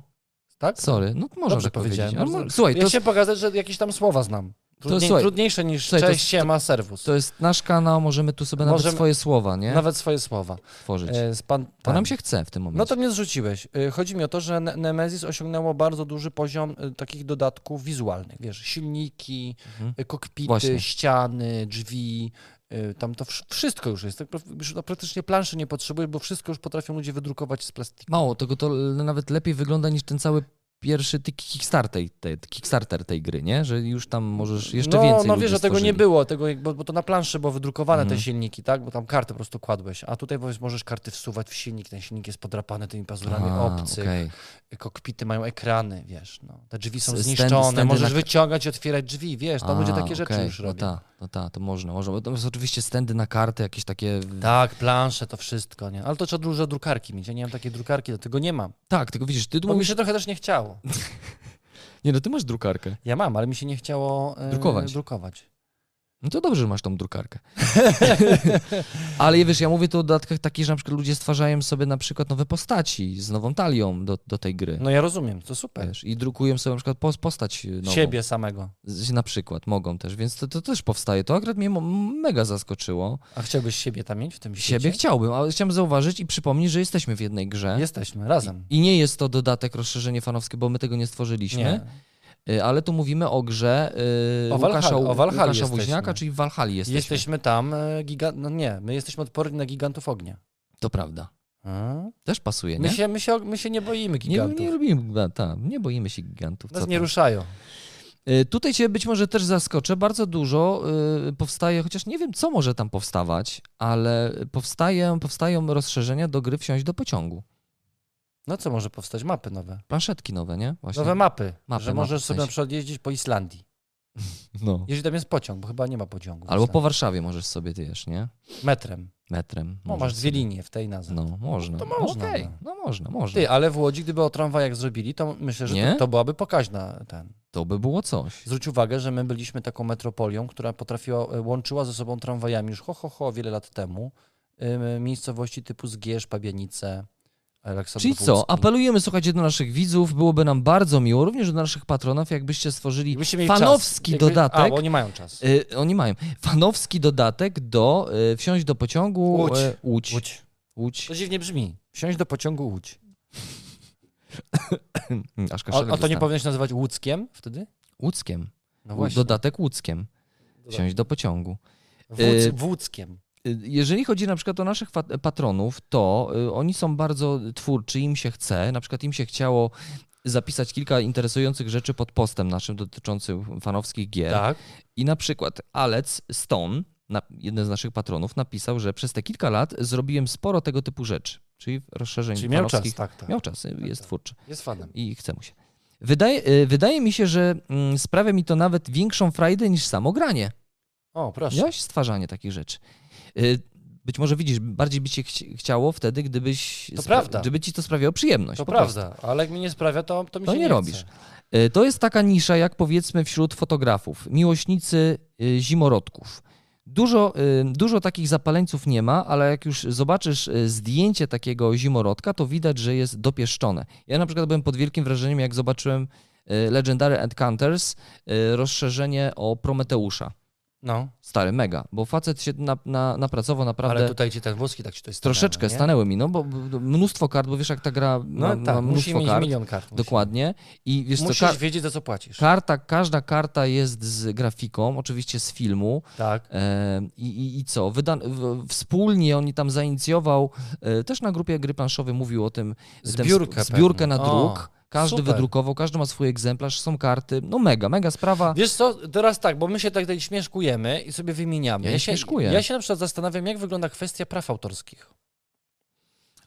[SPEAKER 1] tak?
[SPEAKER 2] sorry, no można
[SPEAKER 1] Dobrze
[SPEAKER 2] tak powiedzieć.
[SPEAKER 1] powiedziałem.
[SPEAKER 2] Ale mo-
[SPEAKER 1] Bardzo-
[SPEAKER 2] Słuchaj,
[SPEAKER 1] Ja
[SPEAKER 2] to,
[SPEAKER 1] się pokazać, że jakieś tam słowa znam. Trudniej,
[SPEAKER 2] słuchaj,
[SPEAKER 1] trudniejsze niż
[SPEAKER 2] słuchaj, to
[SPEAKER 1] cześć,
[SPEAKER 2] jest-
[SPEAKER 1] siema, serwus.
[SPEAKER 2] to jest nasz kanał, możemy tu sobie nawet
[SPEAKER 1] Możemy-
[SPEAKER 2] swoje słowa, nie?
[SPEAKER 1] Nawet swoje słowa.
[SPEAKER 2] Tworzyć.
[SPEAKER 1] Y, z pan,
[SPEAKER 2] To nam
[SPEAKER 1] tak.
[SPEAKER 2] się chce w tym momencie.
[SPEAKER 1] No to mnie zrzuciłeś. Y, Chodzi mi o to, że Ne- Nemesis osiągnęło bardzo duży poziom y, takich dodatków wizualnych, wiesz, silniki,
[SPEAKER 2] Mhm.
[SPEAKER 1] y, kokpity,
[SPEAKER 2] Właśnie.
[SPEAKER 1] ściany, drzwi, y, tam to wsz- wszystko już jest. Tak pra- już no praktycznie planszy nie potrzebuje, bo wszystko już potrafią ludzie wydrukować z plastiku.
[SPEAKER 2] Mało tego, to l- nawet lepiej wygląda niż ten cały pierwszy ty- Kickstarter, tej- te, Kickstarter tej gry, nie? Że już tam możesz jeszcze
[SPEAKER 1] no,
[SPEAKER 2] więcej
[SPEAKER 1] No
[SPEAKER 2] ludzi
[SPEAKER 1] wiesz, że tego nie
[SPEAKER 2] stworzyli.
[SPEAKER 1] było, tego, jak- bo, bo to na planszy było wydrukowane
[SPEAKER 2] Mhm.
[SPEAKER 1] te silniki, tak? Bo tam karty po prostu kładłeś, a tutaj powiedz, możesz karty wsuwać w silnik, ten silnik jest podrapany tymi pazurami
[SPEAKER 2] A,
[SPEAKER 1] obcych.
[SPEAKER 2] okej.
[SPEAKER 1] kokpity mają ekrany, wiesz, no. te drzwi są
[SPEAKER 2] S- stędy-
[SPEAKER 1] zniszczone,
[SPEAKER 2] stędy
[SPEAKER 1] możesz
[SPEAKER 2] na-
[SPEAKER 1] wyciągać i otwierać drzwi, wiesz, tam ludzie
[SPEAKER 2] A,
[SPEAKER 1] takie rzeczy
[SPEAKER 2] okej,
[SPEAKER 1] już
[SPEAKER 2] No
[SPEAKER 1] robią.
[SPEAKER 2] ta, no ta, to można, można. Bo to są oczywiście stędy na karty, jakieś takie...
[SPEAKER 1] Tak, plansze, to wszystko, nie? Ale to trzeba dużo drukarki mieć, ja nie mam takiej drukarki, dlatego nie mam.
[SPEAKER 2] Tak, tylko widzisz, ty tu
[SPEAKER 1] Bo mi
[SPEAKER 2] mówisz...
[SPEAKER 1] się trochę też nie chciało.
[SPEAKER 2] Nie, no ty masz drukarkę.
[SPEAKER 1] Ja mam, ale mi się nie chciało e,
[SPEAKER 2] Drukować.
[SPEAKER 1] drukować.
[SPEAKER 2] No to dobrze, że masz tą drukarkę. <laughs> Ale ja wiesz, ja mówię tu o dodatkach takich, że na przykład ludzie stwarzają sobie na przykład nowe postaci z nową talią do, do tej gry.
[SPEAKER 1] No ja rozumiem, to super.
[SPEAKER 2] Wiesz, I drukują sobie na przykład pos- postać nową.
[SPEAKER 1] Siebie samego.
[SPEAKER 2] Z- Na przykład mogą też, więc to, to też powstaje. To akurat mnie mo- mega zaskoczyło.
[SPEAKER 1] A chciałbyś siebie tam mieć w tym świecie?
[SPEAKER 2] Siebie chciałbym, ale chciałem zauważyć i przypomnieć, że jesteśmy w jednej grze.
[SPEAKER 1] Jesteśmy razem.
[SPEAKER 2] I nie jest to dodatek, rozszerzenie fanowskie, bo my tego nie stworzyliśmy,
[SPEAKER 1] Nie.
[SPEAKER 2] Y, ale tu mówimy o grze y,
[SPEAKER 1] O Valhalla-
[SPEAKER 2] Łukasza,
[SPEAKER 1] o Valhalla
[SPEAKER 2] Łukasza
[SPEAKER 1] jesteśmy.
[SPEAKER 2] Woźniaka, czyli w Walhali jesteśmy.
[SPEAKER 1] Jesteśmy tam e, giga... No nie, my jesteśmy odporni na gigantów ognia.
[SPEAKER 2] To prawda.
[SPEAKER 1] A?
[SPEAKER 2] Też pasuje, nie?
[SPEAKER 1] My się, my, się, my się nie boimy
[SPEAKER 2] nie,
[SPEAKER 1] gigantów.
[SPEAKER 2] nie lubimy, giga- ta, nie boimy się gigantów. co
[SPEAKER 1] Nas nie
[SPEAKER 2] tam.
[SPEAKER 1] ruszają.
[SPEAKER 2] Y, Tutaj cię być może też zaskoczę, bardzo dużo y, powstaje, chociaż nie wiem, co może tam powstawać, ale powstaje, powstają rozszerzenia do gry Wsiąść do pociągu.
[SPEAKER 1] No co może powstać? Mapy nowe.
[SPEAKER 2] Planszetki nowe, nie? Właśnie.
[SPEAKER 1] Nowe mapy,
[SPEAKER 2] Mapy,
[SPEAKER 1] że
[SPEAKER 2] mapy,
[SPEAKER 1] możesz
[SPEAKER 2] w
[SPEAKER 1] sobie
[SPEAKER 2] sensie.
[SPEAKER 1] na przykład jeździć po Islandii.
[SPEAKER 2] No.
[SPEAKER 1] Jeżeli tam jest pociąg, bo chyba nie ma pociągu.
[SPEAKER 2] Albo po Warszawie możesz sobie ty jesz, nie?
[SPEAKER 1] Metrem.
[SPEAKER 2] Metrem.
[SPEAKER 1] No,
[SPEAKER 2] możesz
[SPEAKER 1] masz dwie
[SPEAKER 2] sobie.
[SPEAKER 1] linie w tej nazwie.
[SPEAKER 2] No, można.
[SPEAKER 1] to można,
[SPEAKER 2] Okej,
[SPEAKER 1] no.
[SPEAKER 2] no można, można.
[SPEAKER 1] Ty, ale w Łodzi, gdyby o tramwajach zrobili, to myślę, że
[SPEAKER 2] Nie?
[SPEAKER 1] to, to byłaby pokaźna ten.
[SPEAKER 2] To by było coś.
[SPEAKER 1] Zwróć uwagę, że my byliśmy taką metropolią, która potrafiła, e, łączyła ze sobą tramwajami już ho, ho, ho, wiele lat temu. Ym, Miejscowości typu Zgierz, Pabianice, Aleksander
[SPEAKER 2] Czyli co,
[SPEAKER 1] Łódzki.
[SPEAKER 2] apelujemy, słuchajcie, do naszych widzów, byłoby nam bardzo miło, również do naszych patronów, jakbyście stworzyli
[SPEAKER 1] Jakbyście mieli
[SPEAKER 2] fanowski
[SPEAKER 1] czas. Jakby- A,
[SPEAKER 2] dodatek.
[SPEAKER 1] bo nie mają czasu.
[SPEAKER 2] Y, oni mają. Fanowski dodatek do y, wsiąść do pociągu
[SPEAKER 1] Łódź.
[SPEAKER 2] y, Łódź. Łódź.
[SPEAKER 1] Łódź. To dziwnie brzmi. Wsiąść do pociągu Łódź.
[SPEAKER 2] Hmm, Aż
[SPEAKER 1] A,
[SPEAKER 2] kaszelek
[SPEAKER 1] a to nie
[SPEAKER 2] powiem.
[SPEAKER 1] powinno się nazywać Łódzkiem wtedy?
[SPEAKER 2] Łódzkiem.
[SPEAKER 1] No właśnie.
[SPEAKER 2] Dodatek Łódzkiem. Wsiąść do pociągu.
[SPEAKER 1] Wódz,
[SPEAKER 2] y-
[SPEAKER 1] Wódzkiem.
[SPEAKER 2] Jeżeli chodzi na przykład o naszych fa- patronów, to y, oni są bardzo twórczy, im się chce, na przykład im się chciało zapisać kilka interesujących rzeczy pod postem naszym dotyczącym fanowskich gier.
[SPEAKER 1] Tak.
[SPEAKER 2] I na przykład Alec Stone, na, jeden z naszych patronów, napisał, że przez te kilka lat zrobiłem sporo tego typu rzeczy, czyli rozszerzeń
[SPEAKER 1] Czyli miał czas,
[SPEAKER 2] fanowskich.
[SPEAKER 1] tak, tak.
[SPEAKER 2] Miał czas, y, jest
[SPEAKER 1] tak.
[SPEAKER 2] twórczy
[SPEAKER 1] Jest fanem.
[SPEAKER 2] i chce mu się. Wydaje, y, wydaje mi się, że mm, sprawia mi to nawet większą frajdę niż samo granie.
[SPEAKER 1] O, proszę.
[SPEAKER 2] Miałeś stwarzanie takich rzeczy. Y, Być może widzisz, bardziej by cię chci- chciało wtedy, gdybyś.
[SPEAKER 1] To prawda.
[SPEAKER 2] Gdyby ci to sprawiało przyjemność.
[SPEAKER 1] To
[SPEAKER 2] po prostu.
[SPEAKER 1] prawda, ale jak mi nie sprawia, to, to mi
[SPEAKER 2] To
[SPEAKER 1] się
[SPEAKER 2] nie
[SPEAKER 1] nie,
[SPEAKER 2] robisz.
[SPEAKER 1] Chce.
[SPEAKER 2] Y, To jest taka nisza, jak powiedzmy wśród fotografów, miłośnicy y, zimorodków. Dużo, y, dużo takich zapaleńców nie ma, ale jak już zobaczysz y, zdjęcie takiego zimorodka, to widać, że jest dopieszczone. Ja na przykład byłem pod wielkim wrażeniem, jak zobaczyłem y, Legendary Encounters, y, rozszerzenie o Prometeusza.
[SPEAKER 1] No,
[SPEAKER 2] Stary, mega, bo facet się na, na, napracował naprawdę.
[SPEAKER 1] ale tutaj ci ten włoski tak ci to jest
[SPEAKER 2] Troszeczkę
[SPEAKER 1] stanęło,
[SPEAKER 2] stanęły mi, no bo bo mnóstwo kart, bo wiesz jak ta gra
[SPEAKER 1] nie?
[SPEAKER 2] ma,
[SPEAKER 1] No
[SPEAKER 2] ma
[SPEAKER 1] tak, musi
[SPEAKER 2] mnóstwo
[SPEAKER 1] mieć
[SPEAKER 2] kart,
[SPEAKER 1] milion kart. musi.
[SPEAKER 2] dokładnie i wiesz
[SPEAKER 1] Musisz
[SPEAKER 2] co, kar-
[SPEAKER 1] wiedzieć, za co płacisz.
[SPEAKER 2] karta, każda karta jest z grafiką, oczywiście z filmu
[SPEAKER 1] tak.
[SPEAKER 2] e, i, i, i co, Wydan- w, wspólnie oni tam zainicjował, e, też na grupie gry planszowej mówił o tym, ten sp-
[SPEAKER 1] Zbiórkę
[SPEAKER 2] zbiórkę
[SPEAKER 1] pewnie.
[SPEAKER 2] na
[SPEAKER 1] O,
[SPEAKER 2] druk, każdy
[SPEAKER 1] super.
[SPEAKER 2] wydrukował, każdy ma swój egzemplarz, są karty, no mega, mega sprawa,
[SPEAKER 1] Wiesz co, teraz tak, bo my się tak tutaj śmieszkujemy i sobie wymieniamy.
[SPEAKER 2] Ja nie
[SPEAKER 1] się,
[SPEAKER 2] śmieszkuję.
[SPEAKER 1] ja się na przykład zastanawiam, jak wygląda kwestia praw autorskich.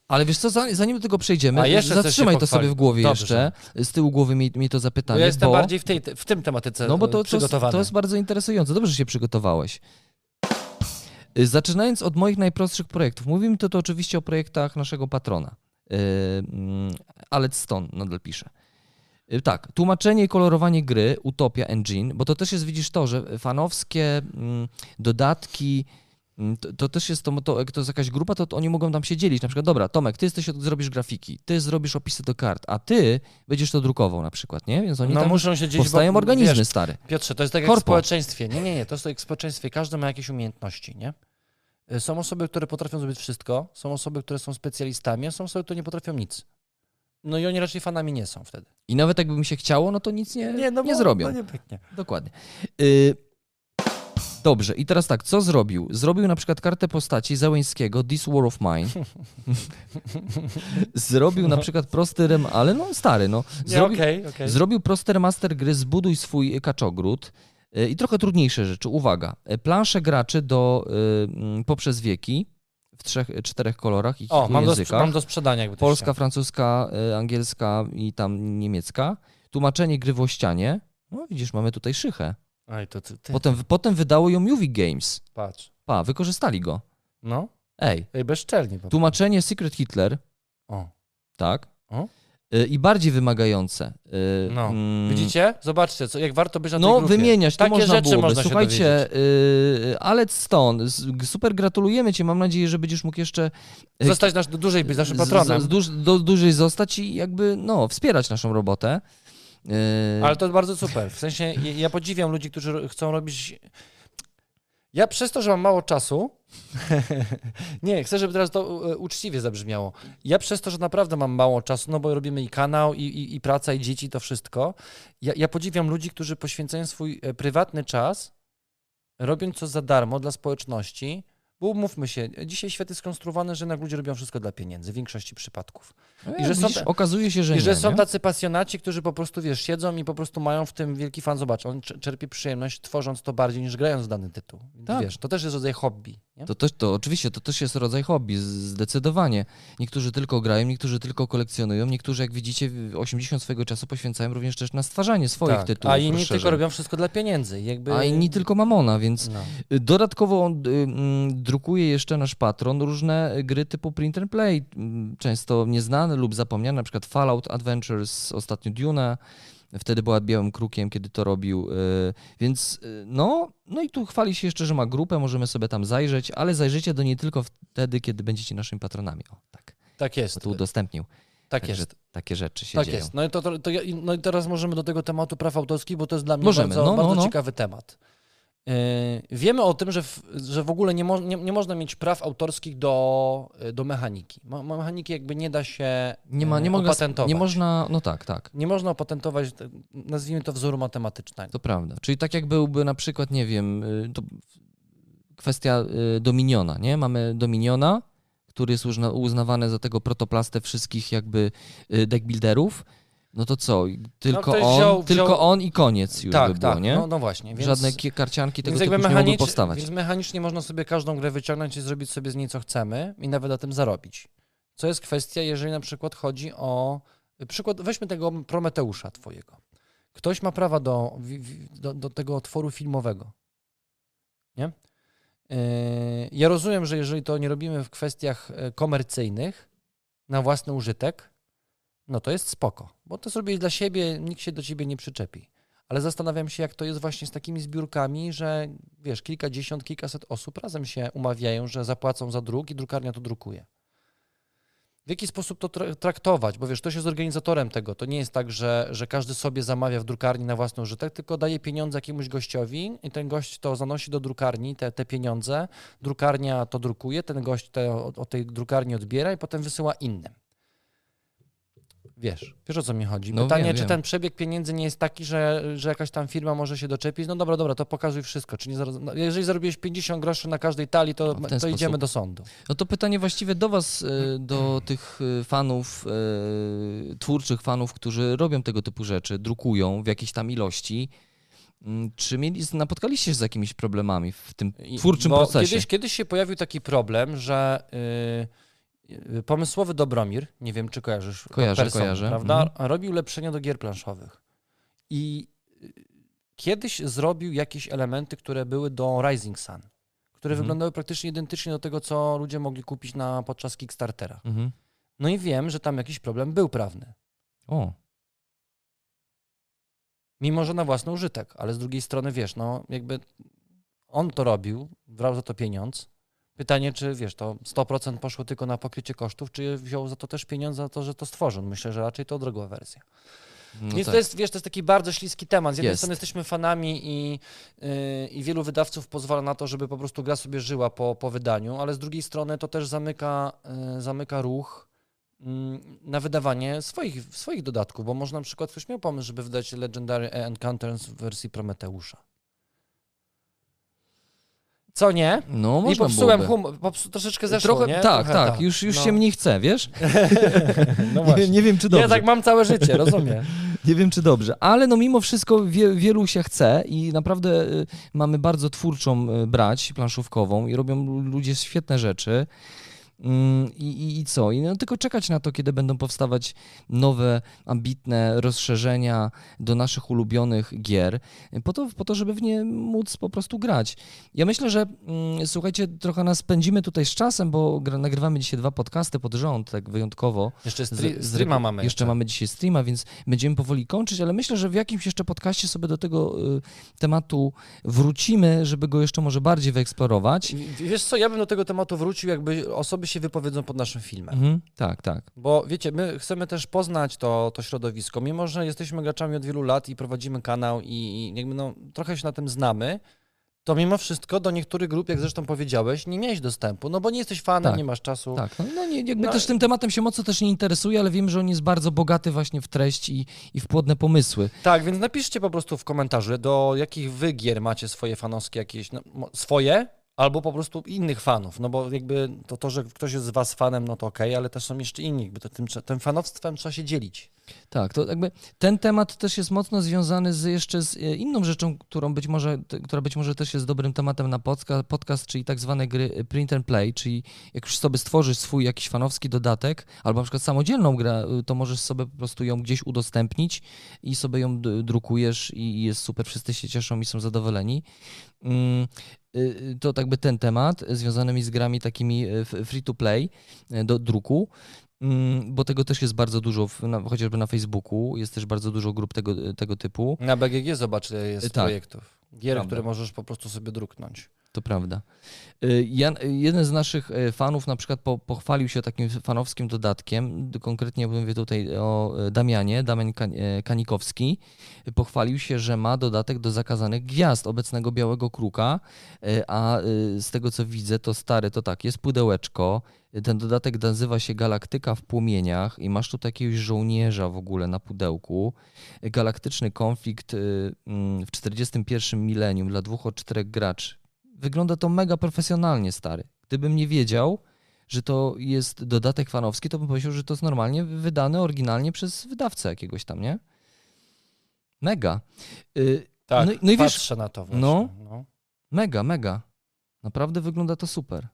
[SPEAKER 2] ale wiesz co, za- zanim do tego przejdziemy,
[SPEAKER 1] A, jeszcze chcesz się
[SPEAKER 2] zatrzymaj to sobie
[SPEAKER 1] pochwalić.
[SPEAKER 2] w głowie
[SPEAKER 1] Dobrze.
[SPEAKER 2] jeszcze, z tyłu głowy mi, mi to
[SPEAKER 1] Bo
[SPEAKER 2] zapytanie,
[SPEAKER 1] ja jestem
[SPEAKER 2] Tak, bo...
[SPEAKER 1] bardziej w, tej, w tym tematyce
[SPEAKER 2] No bo
[SPEAKER 1] e,
[SPEAKER 2] to, to, jest,
[SPEAKER 1] przygotowany.
[SPEAKER 2] to jest bardzo interesujące. Dobrze że się przygotowałeś. Y, Zaczynając od moich najprostszych projektów. Mówimy to, to oczywiście o projektach naszego patrona. Yy, mm, Alec Stone nadal pisze. Y, Tak, tłumaczenie i kolorowanie gry Utopia Engine, bo to też jest, widzisz to, że fanowskie mm, dodatki, mm, to, to też jest, to, to, jak to jest jakaś grupa, to, to oni mogą tam się dzielić. Na przykład, dobra, Tomek, ty jesteś, od- zrobisz grafiki, ty zrobisz opisy do kart, a ty będziesz to drukował na przykład, nie? Więc oni
[SPEAKER 1] no
[SPEAKER 2] tam
[SPEAKER 1] muszą się dzielić,
[SPEAKER 2] powstają
[SPEAKER 1] bo,
[SPEAKER 2] organizmy,
[SPEAKER 1] Wiesz,
[SPEAKER 2] stary.
[SPEAKER 1] Piotrze, to jest tak jak
[SPEAKER 2] Korpo.
[SPEAKER 1] w społeczeństwie. Nie, nie, nie, to jest tak jak w społeczeństwie. Każdy ma jakieś umiejętności, nie? Y, Są osoby, które potrafią zrobić wszystko, są osoby, które są specjalistami, a są osoby, które nie potrafią nic. No i oni raczej fanami nie są wtedy.
[SPEAKER 2] I nawet jakby mi się chciało, no to nic nie, nie, zrobią.
[SPEAKER 1] No, nie pyknie.
[SPEAKER 2] Dokładnie. Y, Dobrze, i teraz tak, co zrobił? Zrobił na przykład kartę postaci Załęskiego, This War of
[SPEAKER 1] <laughs>
[SPEAKER 2] Mine. zrobił na przykład prosty rem... Ale no, stary, no. Zrobił,
[SPEAKER 1] Okej, okej.
[SPEAKER 2] zrobił prosty remaster gry Zbuduj swój kaczogród. y, I trochę trudniejsze rzeczy. Uwaga. y, Plansze graczy do y, mm, poprzez wieki w trzech, czterech kolorach i
[SPEAKER 1] O,
[SPEAKER 2] kilku
[SPEAKER 1] mam do,
[SPEAKER 2] językach.
[SPEAKER 1] mam do sprzedania. Jakby ktoś
[SPEAKER 2] Polska,
[SPEAKER 1] chciał.
[SPEAKER 2] francuska, y, angielska i tam niemiecka. Tłumaczenie gry w Łościanie. No widzisz, mamy tutaj szychę.
[SPEAKER 1] Ej, to ty, ty
[SPEAKER 2] Potem, potem wydało ją Movie Games.
[SPEAKER 1] patrz.
[SPEAKER 2] Pa, wykorzystali go.
[SPEAKER 1] No,
[SPEAKER 2] Ej,
[SPEAKER 1] Ej, bezczelni. Po...
[SPEAKER 2] tłumaczenie Secret Hitler,
[SPEAKER 1] O.
[SPEAKER 2] tak.
[SPEAKER 1] O.
[SPEAKER 2] Y, I bardziej wymagające. Y,
[SPEAKER 1] No,
[SPEAKER 2] mm,
[SPEAKER 1] Widzicie? Zobaczcie, co, jak warto być na tej
[SPEAKER 2] No,
[SPEAKER 1] grupie.
[SPEAKER 2] wymieniać, to
[SPEAKER 1] Takie
[SPEAKER 2] można
[SPEAKER 1] rzeczy
[SPEAKER 2] byłoby.
[SPEAKER 1] można się
[SPEAKER 2] Słuchajcie, y, Alec Stone, s- super gratulujemy cię. Mam nadzieję, że będziesz mógł jeszcze y,
[SPEAKER 1] Zostać nasz, dłużej być naszym
[SPEAKER 2] z-
[SPEAKER 1] patronem.
[SPEAKER 2] z- duż- do, dłużej zostać i jakby, no, wspierać naszą robotę. Y,
[SPEAKER 1] Ale to bardzo super. W sensie ja- ja podziwiam ludzi, którzy ro- chcą robić. Ja przez to, że mam mało czasu. <laughs> nie, chcę, żeby teraz to e, uczciwie zabrzmiało. Ja przez to, że naprawdę mam mało czasu, no bo robimy i kanał, i, i, i praca, i dzieci, to wszystko. Ja, ja podziwiam ludzi, którzy poświęcają swój e, prywatny czas, robiąc coś za darmo dla społeczności, Bo umówmy się, dzisiaj świat jest skonstruowany, że jednak ludzie robią wszystko dla pieniędzy w większości przypadków.
[SPEAKER 2] No,
[SPEAKER 1] I
[SPEAKER 2] jak
[SPEAKER 1] że są
[SPEAKER 2] widzisz,
[SPEAKER 1] te-
[SPEAKER 2] okazuje się, że
[SPEAKER 1] I że
[SPEAKER 2] nie,
[SPEAKER 1] są
[SPEAKER 2] nie?
[SPEAKER 1] tacy pasjonaci, którzy po prostu, wiesz, siedzą i po prostu mają w tym wielki fan. Zobacz, on czer- czerpie przyjemność tworząc to bardziej niż grając w dany tytuł. Więc
[SPEAKER 2] Tak.
[SPEAKER 1] Wiesz, to też jest rodzaj hobby. Nie?
[SPEAKER 2] To, też, to oczywiście, to też jest rodzaj hobby, z- zdecydowanie. Niektórzy tylko grają, niektórzy tylko kolekcjonują, niektórzy, jak widzicie, w- 80 swojego czasu poświęcają również też na stwarzanie swoich
[SPEAKER 1] Tak.
[SPEAKER 2] tytułów.
[SPEAKER 1] A inni
[SPEAKER 2] rozszerzeń.
[SPEAKER 1] tylko robią wszystko dla pieniędzy. Jakby...
[SPEAKER 2] A inni tylko mamona, więc
[SPEAKER 1] No.
[SPEAKER 2] y, dodatkowo on y, mm, drukuje jeszcze nasz patron różne gry typu print and play, mm, często nieznane lub zapomniane, na przykład Fallout Adventures, ostatnio Dune, wtedy była białym krukiem, kiedy to robił, y, więc y, no, no i tu chwali się jeszcze, że ma grupę, możemy sobie tam zajrzeć, ale zajrzyjcie do niej tylko wtedy, kiedy będziecie naszymi patronami, o tak,
[SPEAKER 1] Tak
[SPEAKER 2] bo
[SPEAKER 1] jest.
[SPEAKER 2] tu udostępnił,
[SPEAKER 1] Tak
[SPEAKER 2] Także
[SPEAKER 1] jest.
[SPEAKER 2] takie rzeczy się
[SPEAKER 1] Tak
[SPEAKER 2] dzieją.
[SPEAKER 1] jest. No i, to, to, to ja, no i teraz możemy do tego tematu praw autorskich, bo to jest dla mnie
[SPEAKER 2] Możemy.
[SPEAKER 1] bardzo,
[SPEAKER 2] No, no,
[SPEAKER 1] bardzo
[SPEAKER 2] no.
[SPEAKER 1] ciekawy temat. Yy, wiemy o tym, że w, że w ogóle nie, mo, nie, nie można mieć praw autorskich do, y, do mechaniki. Ma, ma- mechaniki jakby nie da się
[SPEAKER 2] Nie, ma, nie,
[SPEAKER 1] yy,
[SPEAKER 2] mogę,
[SPEAKER 1] opatentować.
[SPEAKER 2] nie można, no tak, tak.
[SPEAKER 1] Nie można opatentować, te- nazwijmy to wzoru matematycznego.
[SPEAKER 2] To prawda. Czyli tak jak byłby na przykład, nie wiem, y, to kwestia y, Dominiona, nie? Mamy Dominiona, który jest uzna- uznawany za tego protoplastę wszystkich jakby y, deckbuilderów. No to co? Tylko
[SPEAKER 1] ktoś
[SPEAKER 2] on,
[SPEAKER 1] No wziął-
[SPEAKER 2] tylko
[SPEAKER 1] wziął-
[SPEAKER 2] on i koniec już
[SPEAKER 1] tak,
[SPEAKER 2] by było,
[SPEAKER 1] tak.
[SPEAKER 2] nie?
[SPEAKER 1] No, no właśnie. Więc,
[SPEAKER 2] Żadne ki- karcianki tego
[SPEAKER 1] więc
[SPEAKER 2] typu
[SPEAKER 1] jakby
[SPEAKER 2] już nie mogły
[SPEAKER 1] mechanicznie-
[SPEAKER 2] powstawać.
[SPEAKER 1] Więc mechanicznie można sobie każdą grę wyciągnąć i zrobić sobie z niej co chcemy i nawet na tym zarobić. Co jest kwestia, jeżeli na przykład chodzi o przykład, weźmy tego Prometeusza twojego. Ktoś ma prawa do, wi- wi- do, do tego otworu filmowego. Nie? Yy, Ja rozumiem, że jeżeli to nie robimy w kwestiach e, komercyjnych na własny użytek, no to jest spoko, bo to zrobiłeś dla siebie, nikt się do ciebie nie przyczepi. Ale zastanawiam się, jak to jest właśnie z takimi zbiórkami, że wiesz, kilkadziesiąt, kilkaset osób razem się umawiają, że zapłacą za druk i drukarnia to drukuje. W jaki sposób to tra- traktować? Bo wiesz, ktoś jest organizatorem tego. To nie jest tak, że, że każdy sobie zamawia w drukarni na własny użytek, tylko daje pieniądze jakiemuś gościowi i ten gość to zanosi do drukarni, te, te pieniądze. Drukarnia to drukuje, ten gość te, o, o tej drukarni odbiera i potem wysyła innym. Wiesz, wiesz o co mi chodzi.
[SPEAKER 2] No
[SPEAKER 1] Pytanie,
[SPEAKER 2] wiem,
[SPEAKER 1] czy
[SPEAKER 2] wiem.
[SPEAKER 1] ten przebieg pieniędzy nie jest taki, że, że jakaś tam firma może się doczepić. No dobra, dobra, to pokazuj wszystko. Czy nie zaraz, no, jeżeli zarobiłeś 50 groszy na każdej talii, to,
[SPEAKER 2] No, w ten
[SPEAKER 1] to idziemy
[SPEAKER 2] sposób.
[SPEAKER 1] do sądu.
[SPEAKER 2] No to pytanie właściwie do Was, y, do tych y, fanów, y, twórczych fanów, którzy robią tego typu rzeczy, drukują w jakiejś tam ilości. Mm, Czy mieli, napotkaliście się z jakimiś problemami w tym
[SPEAKER 1] I-
[SPEAKER 2] twórczym
[SPEAKER 1] bo
[SPEAKER 2] procesie?
[SPEAKER 1] Kiedyś, kiedyś się pojawił taki problem, że yy, yy, pomysłowy Dobromir, nie wiem czy kojarzysz,
[SPEAKER 2] Kojarzę,
[SPEAKER 1] Persson,
[SPEAKER 2] kojarzę. Mhm.
[SPEAKER 1] prawda? Robił lepszenia do gier planszowych. I yy, kiedyś zrobił jakieś elementy, które były do Rising Sun, które
[SPEAKER 2] Mhm.
[SPEAKER 1] wyglądały praktycznie identycznie do tego, co ludzie mogli kupić na, podczas Kickstartera.
[SPEAKER 2] Mhm.
[SPEAKER 1] No i wiem, że tam jakiś problem był prawny.
[SPEAKER 2] O,
[SPEAKER 1] Mimo, że na własny użytek, ale z drugiej strony wiesz, no jakby on to robił, brał za to pieniądz. Pytanie, czy wiesz, to 100% poszło tylko na pokrycie kosztów, czy wziął za to też pieniądz za to, że to stworzył? Myślę, że raczej to odległa wersja.
[SPEAKER 2] no
[SPEAKER 1] Więc
[SPEAKER 2] tak.
[SPEAKER 1] to jest, wiesz, to jest taki bardzo śliski temat. Z jednej
[SPEAKER 2] Jest.
[SPEAKER 1] strony jesteśmy fanami i, yy, i wielu wydawców pozwala na to, żeby po prostu gra sobie żyła po, po wydaniu, ale z drugiej strony to też zamyka, yy, zamyka ruch mm, na wydawanie swoich, swoich dodatków, bo może na przykład ktoś miał pomysł, żeby wydać Legendary Encounters w wersji Prometeusza. Co nie?
[SPEAKER 2] No,
[SPEAKER 1] I
[SPEAKER 2] można
[SPEAKER 1] popsułem
[SPEAKER 2] byłoby.
[SPEAKER 1] humor, popsu, troszeczkę zeszło,
[SPEAKER 2] Trochę,
[SPEAKER 1] nie?
[SPEAKER 2] tak,
[SPEAKER 1] Trochę,
[SPEAKER 2] tak, już, już
[SPEAKER 1] No.
[SPEAKER 2] się mnie chce, wiesz?
[SPEAKER 1] <laughs>
[SPEAKER 2] <laughs>
[SPEAKER 1] No właśnie.
[SPEAKER 2] nie, nie wiem, czy dobrze.
[SPEAKER 1] Ja tak mam całe życie,
[SPEAKER 2] <laughs>
[SPEAKER 1] rozumiem.
[SPEAKER 2] Nie wiem, czy dobrze, ale no mimo wszystko wie, wielu się chce i naprawdę y, mamy bardzo twórczą y, brać planszówkową i robią lu- ludzie świetne rzeczy. Mm, I, i, I co? I no, tylko czekać na to, kiedy będą powstawać nowe, ambitne rozszerzenia do naszych ulubionych gier, po to, po to żeby w nie móc po prostu grać. Ja myślę, że mm, słuchajcie, trochę nas spędzimy tutaj z czasem, bo gra, nagrywamy dzisiaj dwa podcasty pod rząd, tak wyjątkowo.
[SPEAKER 1] Jeszcze
[SPEAKER 2] Z-
[SPEAKER 1] stri-
[SPEAKER 2] z-
[SPEAKER 1] streama mamy.
[SPEAKER 2] Jeszcze mamy dzisiaj streama, więc będziemy powoli kończyć, ale myślę, że w jakimś jeszcze podcaście sobie do tego y, tematu wrócimy, żeby go jeszcze może bardziej wyeksplorować.
[SPEAKER 1] W- Wiesz co, ja bym do tego tematu wrócił, jakby osoby się wypowiedzą pod naszym filmem.
[SPEAKER 2] Mhm, tak, tak.
[SPEAKER 1] Bo wiecie, my chcemy też poznać to, to środowisko. Mimo, że jesteśmy graczami od wielu lat i prowadzimy kanał i, i jakby no, trochę się na tym znamy, to mimo wszystko do niektórych grup, jak zresztą powiedziałeś, nie miałeś dostępu, no bo nie jesteś fanem,
[SPEAKER 2] Tak,
[SPEAKER 1] nie masz czasu.
[SPEAKER 2] Tak, no, no nie, jakby
[SPEAKER 1] No
[SPEAKER 2] też
[SPEAKER 1] i-
[SPEAKER 2] tym tematem się mocno też nie interesuje, ale wiem, że on jest bardzo bogaty właśnie w treść i, i w płodne pomysły.
[SPEAKER 1] Tak, więc napiszcie po prostu w komentarzu, do jakich wy gier macie swoje fanowskie jakieś, no, mo- swoje, Albo po prostu innych fanów, no bo jakby to, to że ktoś jest z was fanem, no to okej, ale też są jeszcze inni, bo to tym, trze- tym fanowstwem trzeba się dzielić.
[SPEAKER 2] Tak, to jakby ten temat też jest mocno związany z jeszcze z e, inną rzeczą, którą być może, t- która być może też jest dobrym tematem na podca- podcast, czyli tak zwane gry e, print and play, czyli jak już sobie stworzysz swój jakiś fanowski dodatek, albo na przykład samodzielną grę, y, to możesz sobie po prostu ją gdzieś udostępnić i sobie ją d- drukujesz i i jest super, wszyscy się cieszą i są zadowoleni. Mm, y, y, To jakby ten temat y, związanymi z grami takimi y, free to play y, do druku. Mm, Bo tego też jest bardzo dużo, w, na, chociażby na Facebooku jest też bardzo dużo grup tego, tego typu,
[SPEAKER 1] Na BGG zobacz, ile jest
[SPEAKER 2] Y, tak.
[SPEAKER 1] projektów. Gier,
[SPEAKER 2] Prawda.
[SPEAKER 1] które możesz po prostu sobie druknąć.
[SPEAKER 2] to prawda. Y, Jan, jeden z naszych y, fanów na przykład po, pochwalił się takim fanowskim dodatkiem, d- konkretnie mówię tutaj o y, Damianie, Damian Kan- y, Kanikowski, y, pochwalił się, że ma dodatek do Zakazanych Gwiazd, obecnego Białego Kruka, y, a y, z tego co widzę to stare to tak, jest pudełeczko, y, ten dodatek nazywa się Galaktyka w płomieniach i masz tu jakiegoś żołnierza w ogóle na pudełku, galaktyczny konflikt y, mm, w 41 milenium dla dwóch od czterech graczy. Wygląda to mega profesjonalnie, stary. Gdybym nie wiedział, że to jest dodatek fanowski, to bym powiedział, że to jest normalnie wydane oryginalnie przez wydawcę jakiegoś tam, nie? Mega. Y,
[SPEAKER 1] Tak,
[SPEAKER 2] No i- no i wiesz-
[SPEAKER 1] patrzę na to właśnie.
[SPEAKER 2] no.
[SPEAKER 1] No. No,
[SPEAKER 2] mega, mega. Naprawdę wygląda to super.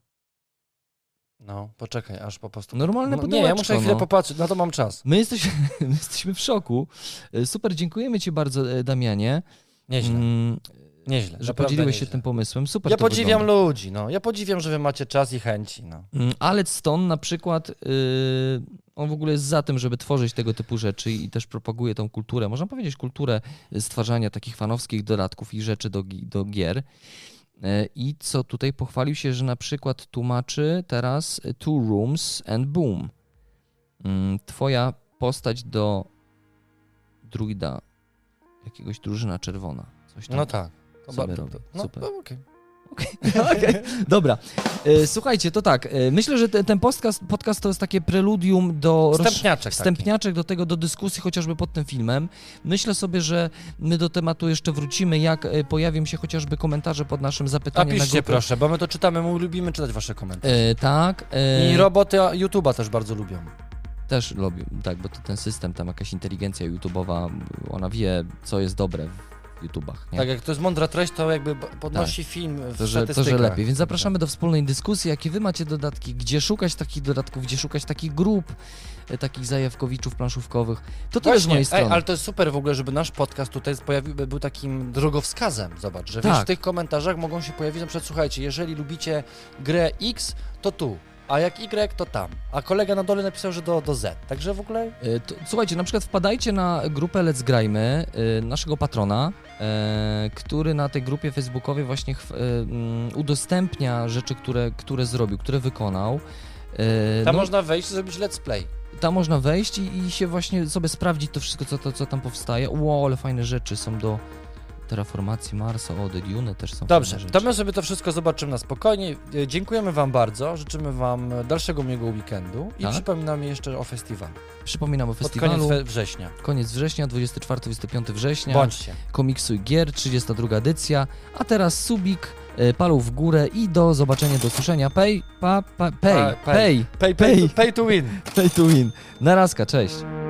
[SPEAKER 1] No, poczekaj, aż po prostu...
[SPEAKER 2] Normalne
[SPEAKER 1] no, nie,
[SPEAKER 2] pudełeczko,
[SPEAKER 1] ja muszę chwilę
[SPEAKER 2] no.
[SPEAKER 1] popatrzeć, na to mam czas.
[SPEAKER 2] My jesteśmy, <laughs> my jesteśmy w szoku. Y, Super, dziękujemy Ci bardzo, y, Damianie,
[SPEAKER 1] Nieźle,
[SPEAKER 2] mm,
[SPEAKER 1] nieźle.
[SPEAKER 2] że
[SPEAKER 1] naprawdę
[SPEAKER 2] podzieliłeś się
[SPEAKER 1] nieźle.
[SPEAKER 2] tym pomysłem. Super
[SPEAKER 1] Ja
[SPEAKER 2] to wygląda.
[SPEAKER 1] podziwiam ludzi, no. Ja podziwiam, że wy macie czas i chęci, no.
[SPEAKER 2] Mm, Ale Stone na przykład, yy, on w ogóle jest za tym, żeby tworzyć tego typu rzeczy i też propaguje tą kulturę, można powiedzieć kulturę stwarzania takich fanowskich dodatków i rzeczy do, gi- do gier. E, I co tutaj pochwalił się, że na przykład tłumaczy teraz Two Rooms and Boom. Mm, Twoja postać do druida, jakiegoś drużyna czerwona. Coś tam.
[SPEAKER 1] No tak. To
[SPEAKER 2] Sobie
[SPEAKER 1] bardzo-
[SPEAKER 2] robię.
[SPEAKER 1] No,
[SPEAKER 2] Super.
[SPEAKER 1] no, okej. <laughs>
[SPEAKER 2] Okej, Dobra. E, Słuchajcie, to tak. e, Myślę, że te- ten podcast, podcast to jest takie preludium do roz-
[SPEAKER 1] Wstępniaczek taki.
[SPEAKER 2] wstępniaczek do tego, do dyskusji chociażby pod tym filmem. Myślę sobie, że my do tematu jeszcze wrócimy, jak e, pojawią się chociażby komentarze pod naszym
[SPEAKER 1] A
[SPEAKER 2] zapytaniem.
[SPEAKER 1] piszcie
[SPEAKER 2] na grupę.
[SPEAKER 1] proszę, bo my to czytamy, my lubimy czytać wasze komentarze.
[SPEAKER 2] E, tak. e,
[SPEAKER 1] I roboty YouTube'a też bardzo lubią.
[SPEAKER 2] Też lubię, tak, bo to ten system, tam jakaś inteligencja YouTubeowa, ona wie, co jest dobre w YouTubach. Nie? Tak.
[SPEAKER 1] Tak, jak to jest mądra treść, to jakby b- podnosi film w
[SPEAKER 2] To że, to, że
[SPEAKER 1] statystykach.
[SPEAKER 2] lepiej. Więc zapraszamy do wspólnej dyskusji, jakie wy macie dodatki, gdzie szukać takich dodatków, gdzie szukać takich grup, e, takich zajawkowiczów planszówkowych. To tyle z
[SPEAKER 1] Właśnie,
[SPEAKER 2] mojej strony.
[SPEAKER 1] Ej, ale to jest super w ogóle, żeby nasz podcast tutaj pojawił, by był takim drogowskazem. Zobacz, że
[SPEAKER 2] Tak.
[SPEAKER 1] wiesz, w tych komentarzach mogą się pojawić, na przykład, słuchajcie, jeżeli lubicie grę X, to tu, a jak Y, to tam. A kolega na dole napisał, że do, do Z. Także w ogóle
[SPEAKER 2] E, To, słuchajcie, na przykład wpadajcie na grupę Let's Grajmy, e, naszego patrona, e, który na tej grupie facebookowej właśnie chw- e, mm, udostępnia rzeczy, które, które zrobił, które wykonał. E,
[SPEAKER 1] tam
[SPEAKER 2] no-
[SPEAKER 1] można wejść i zrobić let's play.
[SPEAKER 2] tam można wejść i, i się właśnie sobie sprawdzić to wszystko, co, to, co tam powstaje. Wow, ale fajne rzeczy są do terraformacji Marsa, o, The Dune też są
[SPEAKER 1] Dobrze,
[SPEAKER 2] fajne rzeczy.
[SPEAKER 1] to my sobie to wszystko zobaczymy na spokojnie. E, Dziękujemy Wam bardzo, życzymy Wam dalszego miłego weekendu i
[SPEAKER 2] Tak.
[SPEAKER 1] przypominamy jeszcze o festiwalu.
[SPEAKER 2] Przypominam o
[SPEAKER 1] Pod
[SPEAKER 2] festiwalu,
[SPEAKER 1] koniec
[SPEAKER 2] koniec,
[SPEAKER 1] fe- września.
[SPEAKER 2] września, 24-25 września,
[SPEAKER 1] Bądźcie.
[SPEAKER 2] komiksu i gier, 32 edycja, a teraz Subik, e, palą w górę i do zobaczenia, do usłyszenia, pay, pa, pa, pay,
[SPEAKER 1] Pa-
[SPEAKER 2] pay,
[SPEAKER 1] pay. Pay,
[SPEAKER 2] Pay.
[SPEAKER 1] pay, pay to win.
[SPEAKER 2] pay to win. Narazka, cześć.